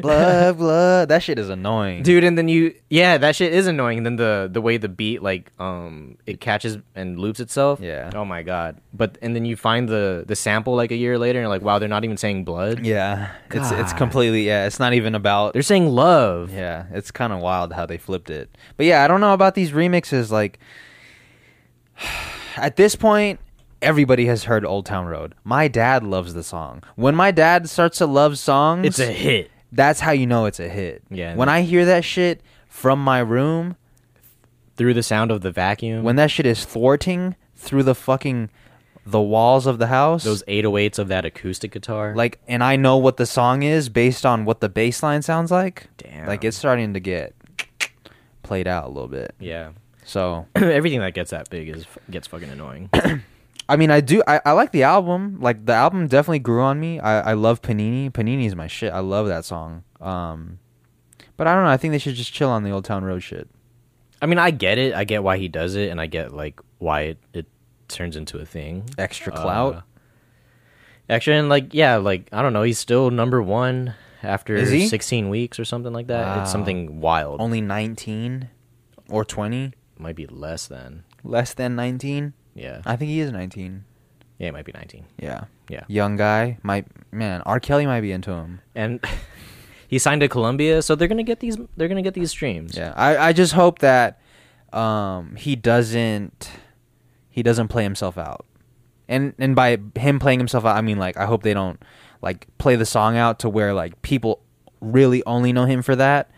Blood, blood. That shit is annoying. Dude, and then you yeah, that shit is annoying. And then the the way the beat like um it catches and loops itself. Yeah. Oh my god. But and then you find the the sample like a year later and you're like, wow, they're not even saying blood. Yeah, it's it's God. completely yeah. It's not even about They're saying love. Yeah, it's kind of wild how they flipped it. But yeah, I don't know about these remixes. Like, [SIGHS] at this point, everybody has heard Old Town Road. My dad loves the song. When my dad starts to love songs, It's a hit. that's how you know it's a hit. Yeah. When I hear that shit from my room, Through the sound of the vacuum. when that shit is thwarting through the fucking the walls of the house, those 808s of that acoustic guitar. like, and I know what the song is based on what the bass line sounds like. Damn. Like, it's starting to get played out a little bit. yeah. So [CLEARS THROAT] Everything that gets that big is gets fucking annoying. [CLEARS THROAT] I mean, I do. I, I like the album. Like the album definitely grew on me. I, I love Panini. Panini's my shit. I love that song. Um, but I don't know. I think they should just chill on the Old Town Road shit. I mean, I get it. I get why he does it, and I get like why it, it turns into a thing. Extra Uh, clout. Actually, and like yeah, like I don't know. He's still number one after Is he? 16 weeks or something like that. Wow. It's something wild. Only nineteen or twenty, Might be less than less than nineteen. yeah. I think he is nineteen. Yeah, it might be 19. Yeah. Yeah, Young guy. My man. R. Kelly might be into him. and [LAUGHS] he signed to Columbia, so they're gonna get these. They're gonna get these streams. Yeah. I, I just hope that um he doesn't he doesn't play himself out. And and by him playing himself out I mean like I hope they don't like play the song out to where like people really only know him for that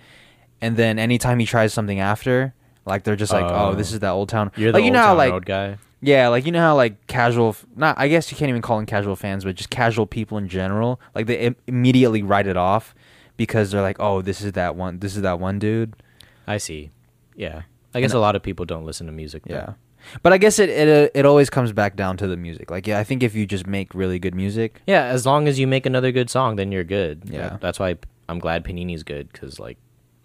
and then anytime he tries something after like they're just like oh Oh. this is that old town You're the like you old know how Town like road guy. yeah, like you know how like casual, f- not I guess you can't even call them casual fans, but just casual people in general, like they Im- immediately write it off because they're like, oh, this is that one, this is that one dude. I see. Yeah. I guess a lot of people don't listen to music. though. Yeah, but I guess it it uh, it always comes back down to the music. Like yeah, I think if you just make really good music, Yeah, as long as you make another good song, then you're good. Yeah. That- that's why I'm glad Panini's good because like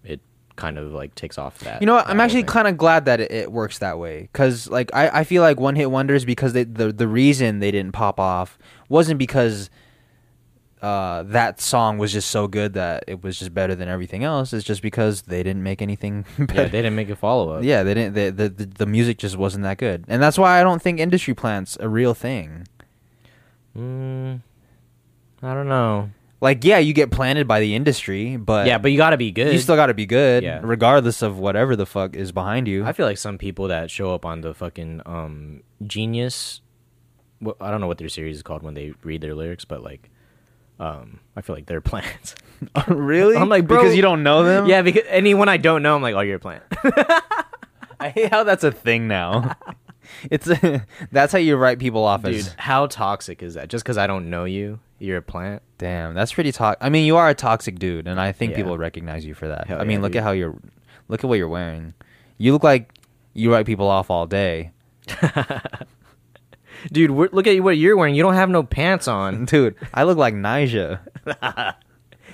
it kind of like takes off that. you know, what, that I'm whole actually thing. kind of glad that it, it works that way because like I I feel like one hit wonders because they the the reason they didn't pop off wasn't because uh, that song was just so good that it was just better than everything else is just because they didn't make anything [LAUGHS] Yeah, better. they didn't make a follow up. Yeah, they didn't. They, the, the the music just wasn't that good, and that's why I don't think industry plants a real thing. Mm, I don't know. Like, yeah, you get planted by the industry, but yeah, but you gotta be good. you still got to be good, Yeah. regardless of whatever the fuck is behind you. I feel like some people that show up on the fucking um, Genius, wh- I don't know what their series is called when they read their lyrics, but like, um, I feel like they're [LAUGHS] plants. really? I'm like, bro- because you don't know them. yeah, because anyone I don't know, I'm like, oh, you're a plant. I hate how that's a thing now. [LAUGHS] it's that's how you write people off Dude, as. how toxic is that? Just because I don't know you, you're a plant. Damn, that's pretty toxic. I mean, you are a toxic dude, and I think Yeah. people recognize you for that. Hell I mean, yeah, look dude. at how you're, look at what you're wearing. You look like you write people off all day, [LAUGHS] Dude, we look at what you're wearing. You don't have no pants [LAUGHS] on. dude. I look like Nija. [LAUGHS]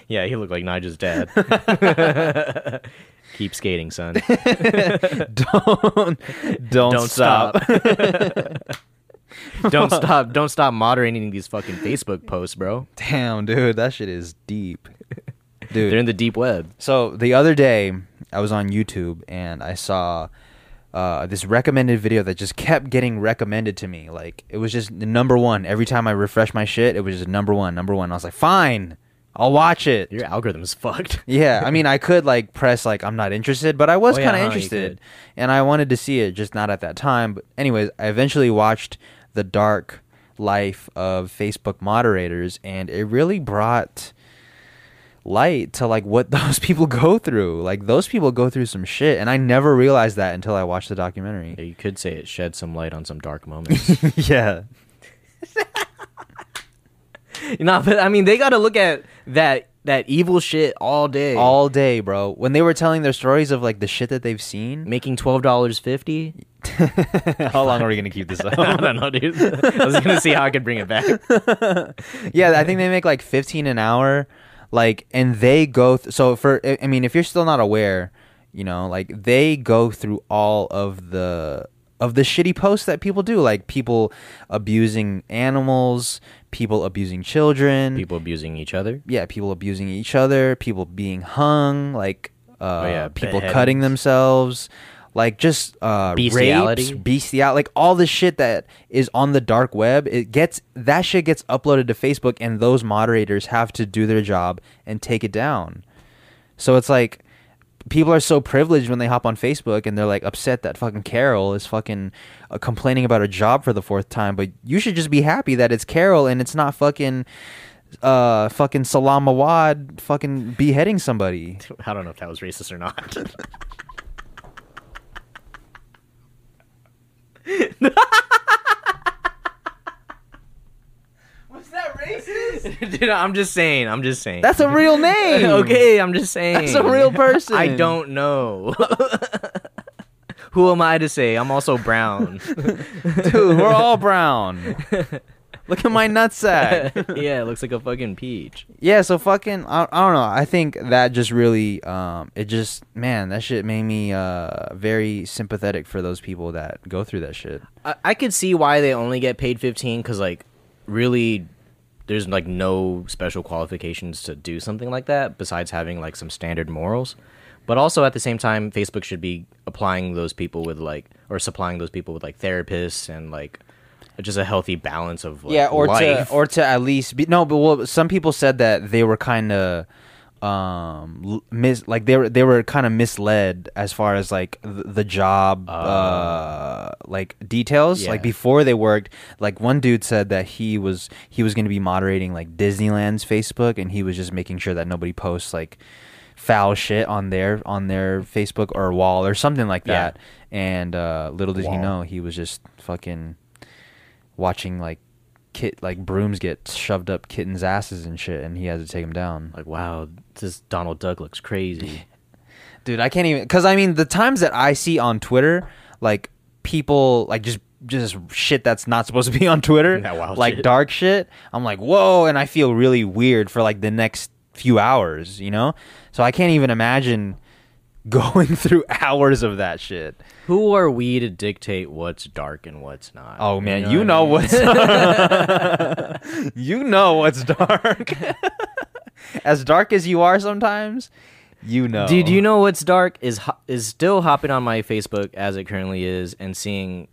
yeah, you look like Nigel's [LAUGHS] dad. Keep skating, son. don't don't, Don't stop. [LAUGHS] don't stop. Don't stop moderating these fucking Facebook posts, bro. Damn, dude, that shit is deep, dude. They're in the deep web. So the other day, I was on YouTube and I saw uh, this recommended video that just kept getting recommended to me. Like it was just the number one every time I refresh my shit. It was just number one, number one. I was like, fine, I'll watch it. Your algorithm's [LAUGHS] fucked. yeah, I [LAUGHS] mean, I could like press like I'm not interested, but I was Oh, yeah, kind of huh, you interested, could. and I wanted to see it, just not at that time. But anyways, I eventually watched the dark life of Facebook moderators, and it really brought light to like what [LAUGHS] those people go through. Like those people go through some shit, and I never realized that until I watched the documentary. You could say it shed some light on some dark moments. [LAUGHS] [LAUGHS] yeah, no, but I mean, they got to look at that that evil shit all day. all day, bro. When they were telling their stories of like the shit that they've seen. making twelve dollars [LAUGHS] fifty. [LAUGHS] How long are [LAUGHS] we gonna keep this up? I don't know, dude. [LAUGHS] I was gonna see how I could bring it back. yeah, I think they make like 15 an hour like and they go th- so for I I mean if you're still not aware, you know, like they go through all of the of the shitty posts that people do, like people abusing animals, people abusing children, People abusing each other. yeah, people abusing each other, people being hung, like uh, yeah, people beheadings. cutting themselves, like just uh, Bestiality. rapes, bestiality, like all the shit that is on the dark web. It gets that shit gets uploaded to Facebook, and those moderators have to do their job and take it down. So it's like people are so privileged when they hop on Facebook and they're like upset that fucking Carol is fucking uh, complaining about her job for the fourth time, but you should just be happy that it's Carol and it's not fucking uh fucking Salam Awad fucking beheading somebody. [LAUGHS] I don't know if that was racist or not. [LAUGHS] Was that racist? [LAUGHS] dude, I'm just saying. I'm just saying. That's a real name. [LAUGHS] okay. I'm just saying. That's a real person. I don't know. [LAUGHS] Who am I to say? I'm [LAUGHS] also brown. [LAUGHS] Dude, we're all brown. Look at my nutsack. yeah, it looks like a fucking peach. Yeah, so fucking I, I don't know. I think that just really um it just man, that shit made me uh very sympathetic for those people that go through that shit. I, I could see why they only get paid 15 because like really there's like no special qualifications to do something like that besides having like some standard morals but also at the same time facebook should be applying those people with like or supplying those people with like therapists and like just a healthy balance of like, yeah, or life. to or to at least be no, but well, some people said that they were kind of um l- mis like they were they were kind of misled as far as like the, the job uh, like details Oh. Yeah. like before they worked like one dude said that he was he was going to be moderating like Disneyland's Facebook and he was just making sure that nobody posts like foul shit on their on their Facebook or wall or something like Yeah. that and uh little did he Wall. know he was just fucking watching like kit like brooms get shoved up kittens' asses and shit, and he has to take them down. like wow this donald duck looks crazy [LAUGHS] Dude, I can't even because I mean the times that I see on Twitter, like people like just just shit that's not supposed to be on Twitter, That wild like shit. dark shit. I'm like whoa, and I feel really weird for like the next few hours, you know. So I can't even imagine [LAUGHS] going through [LAUGHS] hours of that shit. Who are we to dictate what's dark and what's not? Oh man, you know, what's [LAUGHS] you know what's dark. [LAUGHS] as dark as you are sometimes, you know. Dude, you know what's dark is ho- is still hopping on my Facebook as it currently is and seeing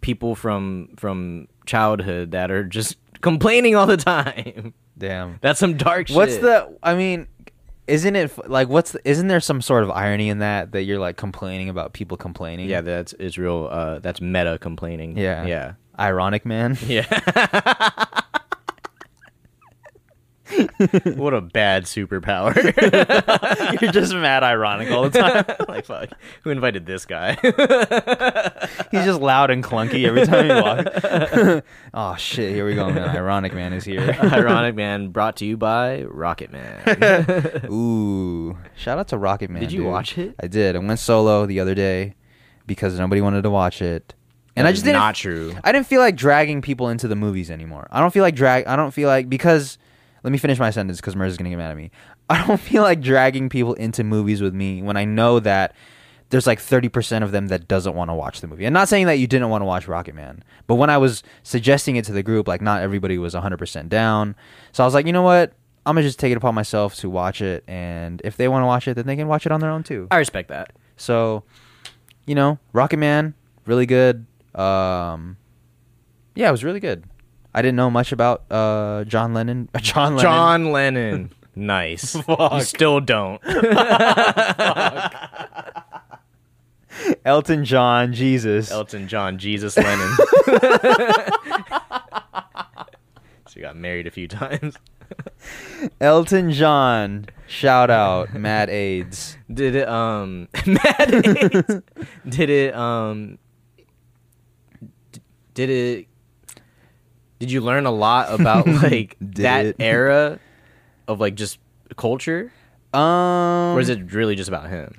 people from from childhood that are just [LAUGHS] complaining all the time. [LAUGHS] Damn. That's some dark shit. What's the? I mean, isn't it f- like what's? The, isn't there some sort of irony in that that you're like complaining about people complaining? Yeah, that's Israel uh that's meta complaining. Yeah. Yeah. Ironic, man. Yeah. what a bad superpower. [LAUGHS] you're just mad, ironic [LAUGHS] all the time. [LAUGHS] [LAUGHS] like fuck. Who invited this [LAUGHS] guy? He's just loud and clunky every time he [LAUGHS] walks. oh shit! Here we go, man. Ironic man is [LAUGHS] here. Ironic Man brought to you by Rocket Man. Ooh! Shout out to Rocket Man. Did you dude. watch it? I did. I went solo the other day because nobody wanted to watch it, and I That just is didn't. not true. I didn't feel like dragging people into the movies anymore. I don't feel like drag. I don't feel like because. Let me finish my sentence because Merz is gonna get mad at me. [LAUGHS] I don't feel like dragging people into movies with me when I know that there's like 30% of them that doesn't want to watch the movie. And not saying that you didn't want to watch Rocket Man, but when I was suggesting it to the group, like not everybody was 100% down. So I was like, you know what? I'm gonna just take it upon myself to watch it, and if they want to watch it, then they can watch it on their own too. I respect that. So, you know, Rocket Man, really good. Um, yeah, it was really good. I didn't know much about uh, John Lennon. [LAUGHS] John Lennon. John Lennon. Nice. You still don't. [LAUGHS] Elton John. Jesus. Elton John, [LAUGHS] Jesus Lennon. so you got married a few times. Elton John. Shout out. [LAUGHS] Mad AIDS. Did it um [LAUGHS] Matt Did it um d- did it did you learn a lot [LAUGHS] about like Did that it? era of like just culture Um, or is it really just about him?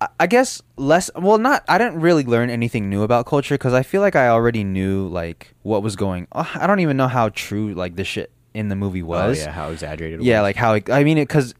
I- I guess less. Well, not. I didn't really learn anything new about culture because I feel like I already knew like what was going. uh, I don't even know how true like the shit in the movie was. Oh yeah, how exaggerated. it yeah was. like how it, i mean it because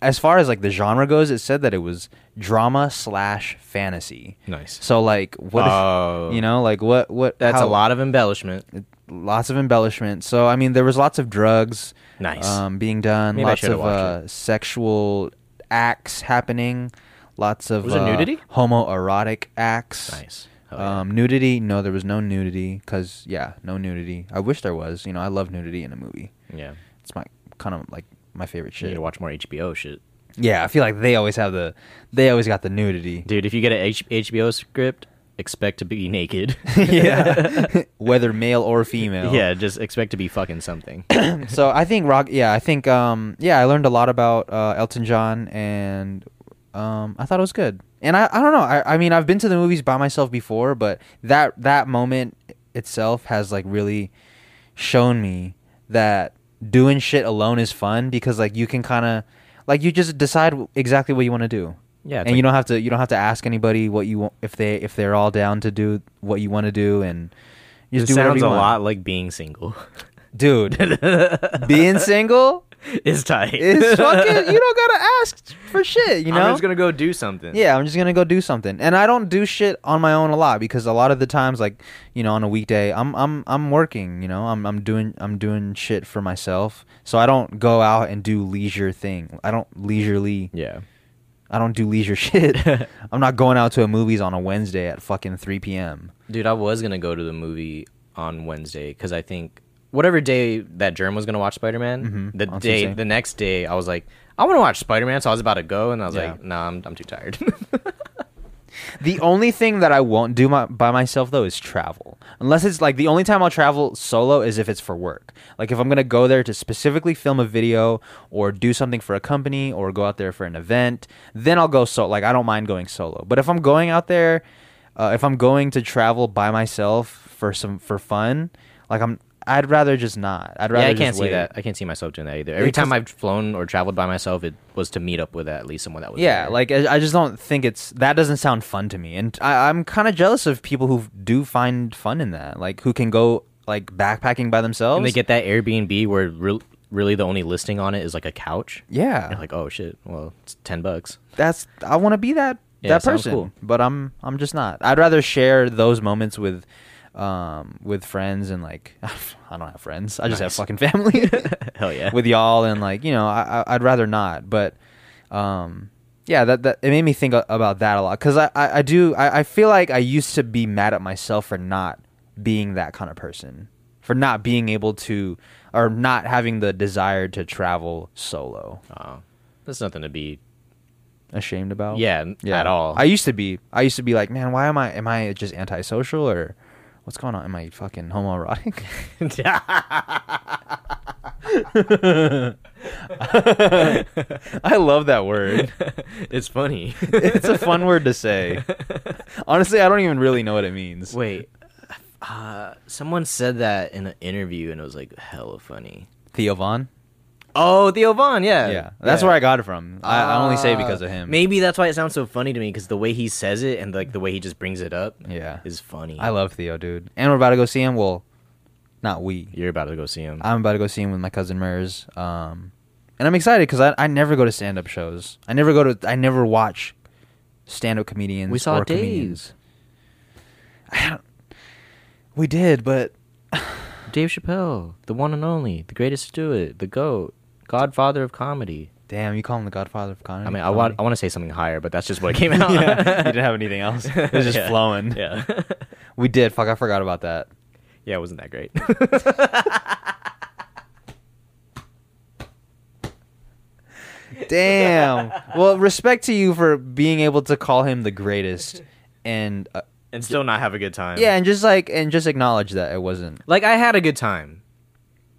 as far as like the genre goes it said that it was drama slash fantasy nice. so like what if- Oh. you know like what what That's how- a lot of embellishment. lots of embellishment so i mean there was lots of drugs Nice. um being done Maybe I lots should've of watched uh, sexual acts happening lots of Was there uh, nudity? homoerotic acts Nice. Hell yeah. um, nudity no there was no nudity because yeah no nudity i wish there was you know i love nudity in a movie yeah. it's my kind of like my favorite You need shit to watch more HBO shit. Yeah, I feel like they always have the they always got the nudity. [LAUGHS] Dude, if you get an H- HBO script, expect to be naked. [LAUGHS] [LAUGHS] yeah. [LAUGHS] Whether male or female. yeah, just expect to be [COUGHS] fucking something. So I think rock yeah, I think um yeah, I learned a lot about uh Elton John and um I thought it was good. And I, I don't know. I, I mean I've been to the movies by myself before, but that that moment itself has like really shown me that doing shit alone is fun because like you can kind of like you just decide exactly what you want to do. Yeah, it's and like- you don't have to you don't have to ask anybody what you want if they if they're all down to do what you want to do and you It just do whatever sounds you a want. lot like being single. [LAUGHS] dude. being single It's tight. [LAUGHS] is fucking. You don't gotta ask for shit. You know. I'm just gonna go do something. Yeah, I'm just gonna go do something. And I don't do shit on my own a lot because a lot of the times, like you know, on a weekday, I'm I'm I'm working. You know, I'm I'm doing I'm doing shit for myself. So I don't go out and do leisure thing. I don't leisurely. Yeah. I don't do leisure [LAUGHS] shit. [LAUGHS] I'm not going out to a movies on a Wednesday at fucking 3 p.m. Dude, I was gonna go to the movie on Wednesday because I think whatever day that Germ was gonna watch Spider Man, the on day Tuesday. the next day I was like, I want to watch Spider Man, so I was about to go, and I was Yeah. like, Nah, I'm I'm too tired. [LAUGHS] The only thing that I won't do my, by myself though is travel. Unless it's like the only time I'll travel solo is if it's for work. Like if I'm gonna go there to specifically film a video or do something for a company or go out there for an event, then I'll go solo. Like I don't mind going solo. But if I'm going out there, uh, if I'm going to travel by myself for some for fun, like I'm, I'd rather just not. I'd rather yeah, I just can't see wait. that. I can't see myself doing that either. Every time I've flown or traveled by myself, it was to meet up with at least someone that was Yeah, there. like I I just don't think it's that doesn't sound fun to me, and I, I'm kind of jealous of people who do find fun in that, like who can go like backpacking by themselves. and they get that Airbnb where real really the only listing on it is like a couch. Yeah. You're like, oh shit, well, it's 10 bucks. that's I want to be that Yeah, that sounds person, cool. but I'm I'm just not. I'd rather share those moments with um with friends and like [LAUGHS] I don't have friends. I just have Nice. fucking family. [LAUGHS] [LAUGHS] Hell yeah. With y'all and like, you know, I I- I'd rather not, but um yeah, that, that it made me think a- about that a lot cuz I, I I do I I feel like I used to be mad at myself for not being that kind of person. For not being able to or not having the desire to travel solo. Oh, that's nothing to be. ashamed about. Yeah, n- at all. I used to be. I used to be like, man, why am I? Am I just antisocial or what's going on? Am I fucking homoerotic? [LAUGHS] I love that word. [LAUGHS] it's funny. [LAUGHS] [LAUGHS] it's a fun word to [LAUGHS] say. Honestly, I don't even really know what it means. Wait, uh, someone said that in an interview, and it was like hella funny. Theo Von. Oh, Theo Vaughn, yeah, Yeah, Uh, that's where I got it from. I, I only say it because of Ah, him. Maybe that's why it sounds so funny to me because the way he says it and like the way he just brings it up, Yeah. is funny. I love Theo, dude. And we're about to go see him. Well, not we. You're about to go see him. I'm about to go see him with my cousin Mers. Um, and I'm excited because I, I never go to stand up shows. I never go to. I never watch stand up comedians. We saw or comedians. I don't, we did, but Dave Chappelle, the one and only, the greatest to do it, the goat, Godfather of comedy. damn, you call him the Godfather of comedy. I mean, I want I want to say something higher, but that's just [LAUGHS] what came out. [LAUGHS] yeah, you didn't have anything else. It was just Yeah. flowing. [LAUGHS] Yeah, We did. Fuck, I forgot about that. yeah, it wasn't that [LAUGHS] great. Damn. well, respect to you for being able to call him the greatest, and uh, and still not have a good time. yeah, and just like and just acknowledge that it wasn't. like I had a good time.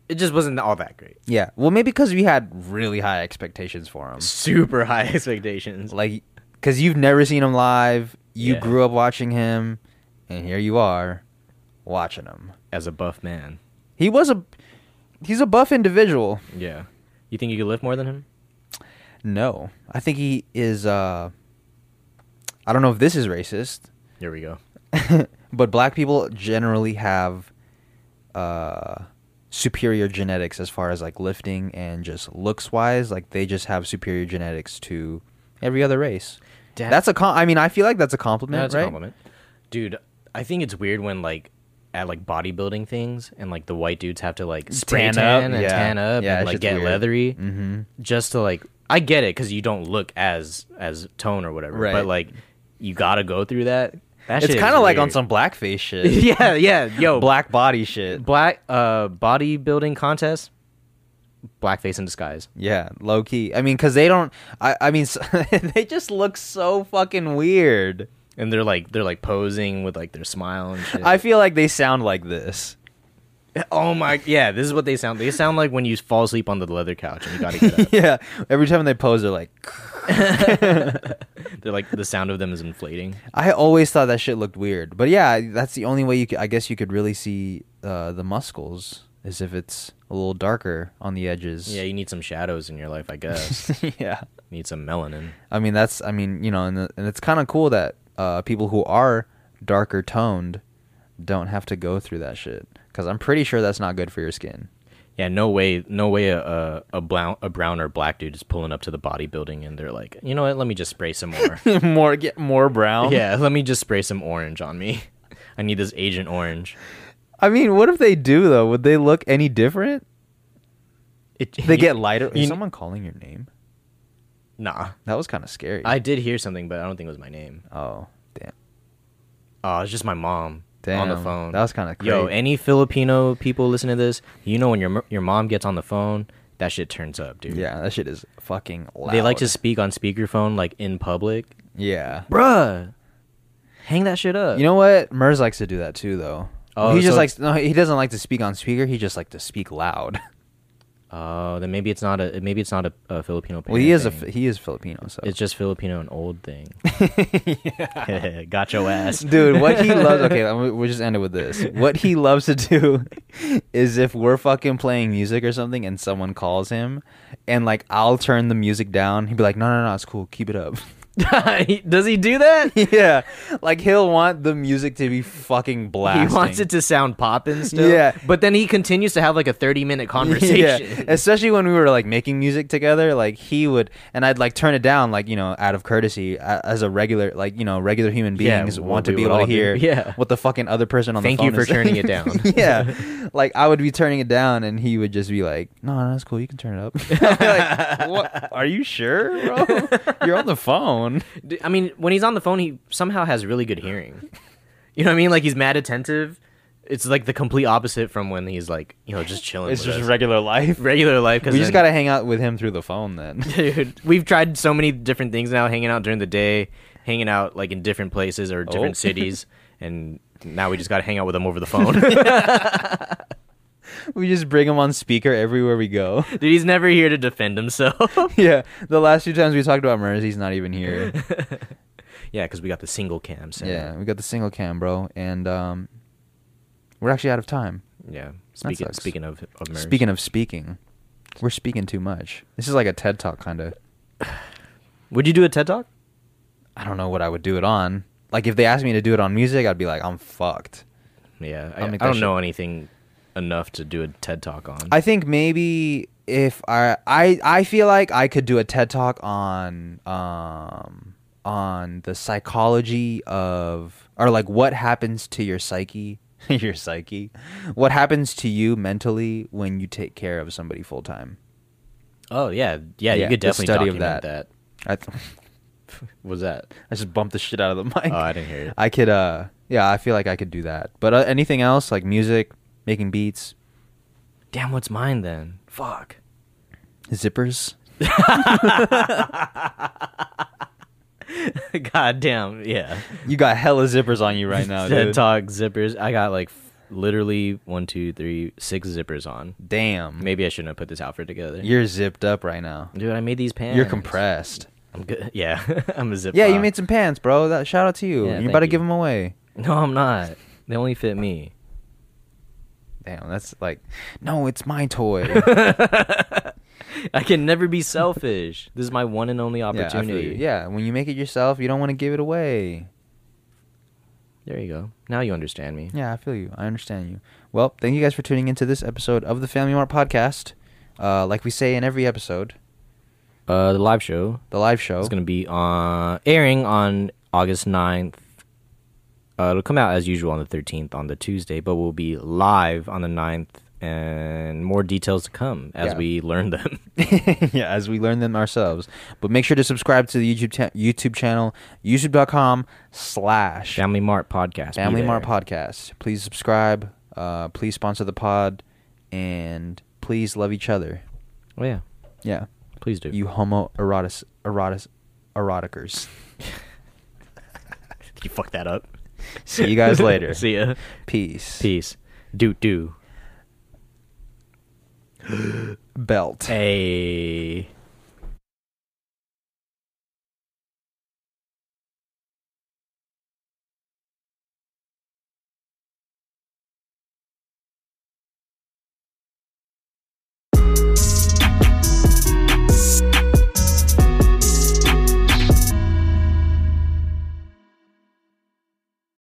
It just wasn't all that great. Yeah. Well, maybe because we had really high expectations for him. Super high [LAUGHS] expectations. Like, because you've never seen him live, you Yeah. grew up watching him, and here you are watching him. As a buff man. He was a he's a buff individual. Yeah. You think you could lift more than him? No, I think he is. uh I don't know if this is racist, Here we go. [LAUGHS] but black people generally have uh superior genetics as far as like lifting and just looks wise like they just have superior genetics to every other race Damn. that's a com- i mean i feel like that's a compliment That's right a compliment. Dude, I think it's weird when like at like bodybuilding things and like the white dudes have to like spray Tan tan, up, and yeah. tan up Yeah, that and like shit's get weird. Mm-hmm. leathery just to like I get it because you don't look as as tone or whatever, Right. but like you gotta go through that. that it's shit is kind of like on weird. some [LAUGHS] blackface shit yeah yeah [LAUGHS] yo black body shit black uh bodybuilding contest blackface in disguise yeah low key i mean because they don't i i mean s [LAUGHS] they just look so fucking weird and they're like they're like posing with like their smile and shit i feel like they sound like this [LAUGHS] oh my yeah this is what they sound they sound like when you fall asleep on the leather couch and you gotta [LAUGHS] get up yeah every time they pose they're [LAUGHS] like [LAUGHS] they're like the sound of them is inflating I always thought that shit looked weird, but yeah, that's the only way you. Could, I guess you could really see uh, the muscles is if it's a little darker on the edges. yeah you need some shadows in your life i guess [LAUGHS] yeah. need some melanin I mean, that's. I mean, you know, and the, and it's kind of cool that uh, people who are darker toned don't have to go through that shit because I'm pretty sure that's not good for your skin. yeah no way no way a a, a, brown, a brown or black dude is pulling up to the bodybuilding and they're like you know what let me just spray some [LAUGHS] [LAUGHS] more more get more brown. yeah let me just spray some orange on me [LAUGHS] i need this agent orange I mean, what if they do though? Would they look any different? it, They get lighter. Is you- someone calling your name? nah That was kind of scary. I did hear something, but I don't think it was my name. oh damn. Oh, it's just my mom on the Damn, phone. that was kinda Yo, crazy. any Filipino people listen to this, you know when your mo- your mom gets on the phone, that shit turns up, dude. Yeah, that shit is fucking loud. They like to speak on speakerphone like in public. Yeah. Bruh. Hang that shit up. You know what? Mers likes to do that too, though. Oh, he just so- likes no. He doesn't like to speak on speaker. He just like to speak loud. [LAUGHS] Oh, then maybe it's not a maybe it's not a, a Filipino Well, he is a parent thing. he is Filipino, so it's just Filipino and [LAUGHS] old thing. [LAUGHS] Got your ass. dude. What [LAUGHS] he loves. Okay, I'm- we'll just end it with this. What he loves to do [LAUGHS] is if we're fucking playing music or something, and someone calls him, and like I'll turn the music down. He'd be like, "No, no, no, it's cool. Keep it up." [LAUGHS] Does he do that? yeah, like he'll want the music to be fucking blasting. He wants it to sound poppin' still. Yeah. But then he continues to have like a 30 [LAUGHS] minute yeah, conversation. especially when we were like making music together, like he would, and I'd like turn it down, like you know, out of courtesy, a- as a regular, like you know, regular human Yeah, beings what want to we be would able to all do. hear, Yeah. what the fucking other person on Thank the you phone for is turning it saying. down. [LAUGHS] [LAUGHS] yeah, like I would be turning it down, and he would just be like, "No, no, that's cool, you can turn it up." [LAUGHS] I'd be like, what? Are you sure, bro? [LAUGHS] You're on the [LAUGHS] phone. D- I mean, when he's on the phone, he somehow has really good hearing. You know what I mean? Like he's mad attentive. It's like the complete opposite from when he's like, you know, just chilling. It's with just us. regular life. regular life. Cause We just then- gotta hang out with him through the phone then. [LAUGHS] [LAUGHS] Dude, we've tried so many different things now. Hanging out during the day, hanging out like in different places or Oh. [LAUGHS] different cities, and now we just gotta hang out with him over the phone. [LAUGHS] we just bring him on speaker everywhere we go. Dude, he's never here to [LAUGHS] defend himself. yeah, the last few times we talked about murders, he's not even here. yeah, because we got the single cam. So yeah, we got the single cam, bro, and um, we're actually out of time. yeah. Speaking sucks. speaking of, of MERS. Speaking of speaking, we're speaking too much. This is like a TED talk kind of. would you do a TED talk? I don't know what I would do it on. Like if they asked me to do it on music, I'd be like, I'm fucked. Yeah, I, I'll I make don't that shit- know anything enough to do a TED talk on. I think maybe if I I I feel like I could do a TED talk on um on the psychology of or like what happens to your psyche [LAUGHS] your psyche what happens to you mentally when you take care of somebody full time oh yeah, yeah, Yeah, you could the definitely study of document that. [LAUGHS] that. I, th- Was [LAUGHS] that? I just bumped the shit out of the mic Oh, I didn't hear it. I could uh yeah I feel like I could do that but uh, anything else like music making beats Damn, what's mine then? [LAUGHS] Fuck. zippers God damn. [LAUGHS] Yeah. you got hella zippers on [LAUGHS] you right now TED dude. talk zippers. I got like f- literally one, two, three, six zippers on. damn Maybe I shouldn't have put this outfit together. You're zipped up right now. Dude, I made these pants. You're compressed. I'm good. [LAUGHS] Yeah, I'm a zip. Yeah, you top. made some pants, bro. That, shout out to you. Yeah, You're about to thank give you. them away. [LAUGHS] No, I'm not. They only fit me. Damn, that's like, no, it's my [LAUGHS] toy. I can never be selfish. This is my one and only Yeah, I feel you. opportunity. Yeah, when you make it yourself, you don't want to give it away. There you go. Now you understand me. Yeah, I feel you. I understand you. Well, thank you guys for tuning into this episode of the Family Mart Podcast. Uh, like we say in every episode, Uh, the live show the live show. is going to be on airing on August 9th. Uh, it'll come out as usual on the 13th on the Tuesday, but we'll be live on the 9th and more details to come as Yeah. we [LAUGHS] learn them. [LAUGHS] yeah, as we learn them ourselves. But make sure to subscribe to the YouTube cha- YouTube channel, youtube.com slash Family Mart podcast. be Family there. Mart Podcast. Please subscribe. Uh, please sponsor the pod, and please love each other. Oh, yeah. Yeah, Please do. you homo erotic erotic eroticers. [LAUGHS] you fucked that up. See you [LAUGHS] guys later. See ya. Peace. Peace. Doot doo. Belt. Hey.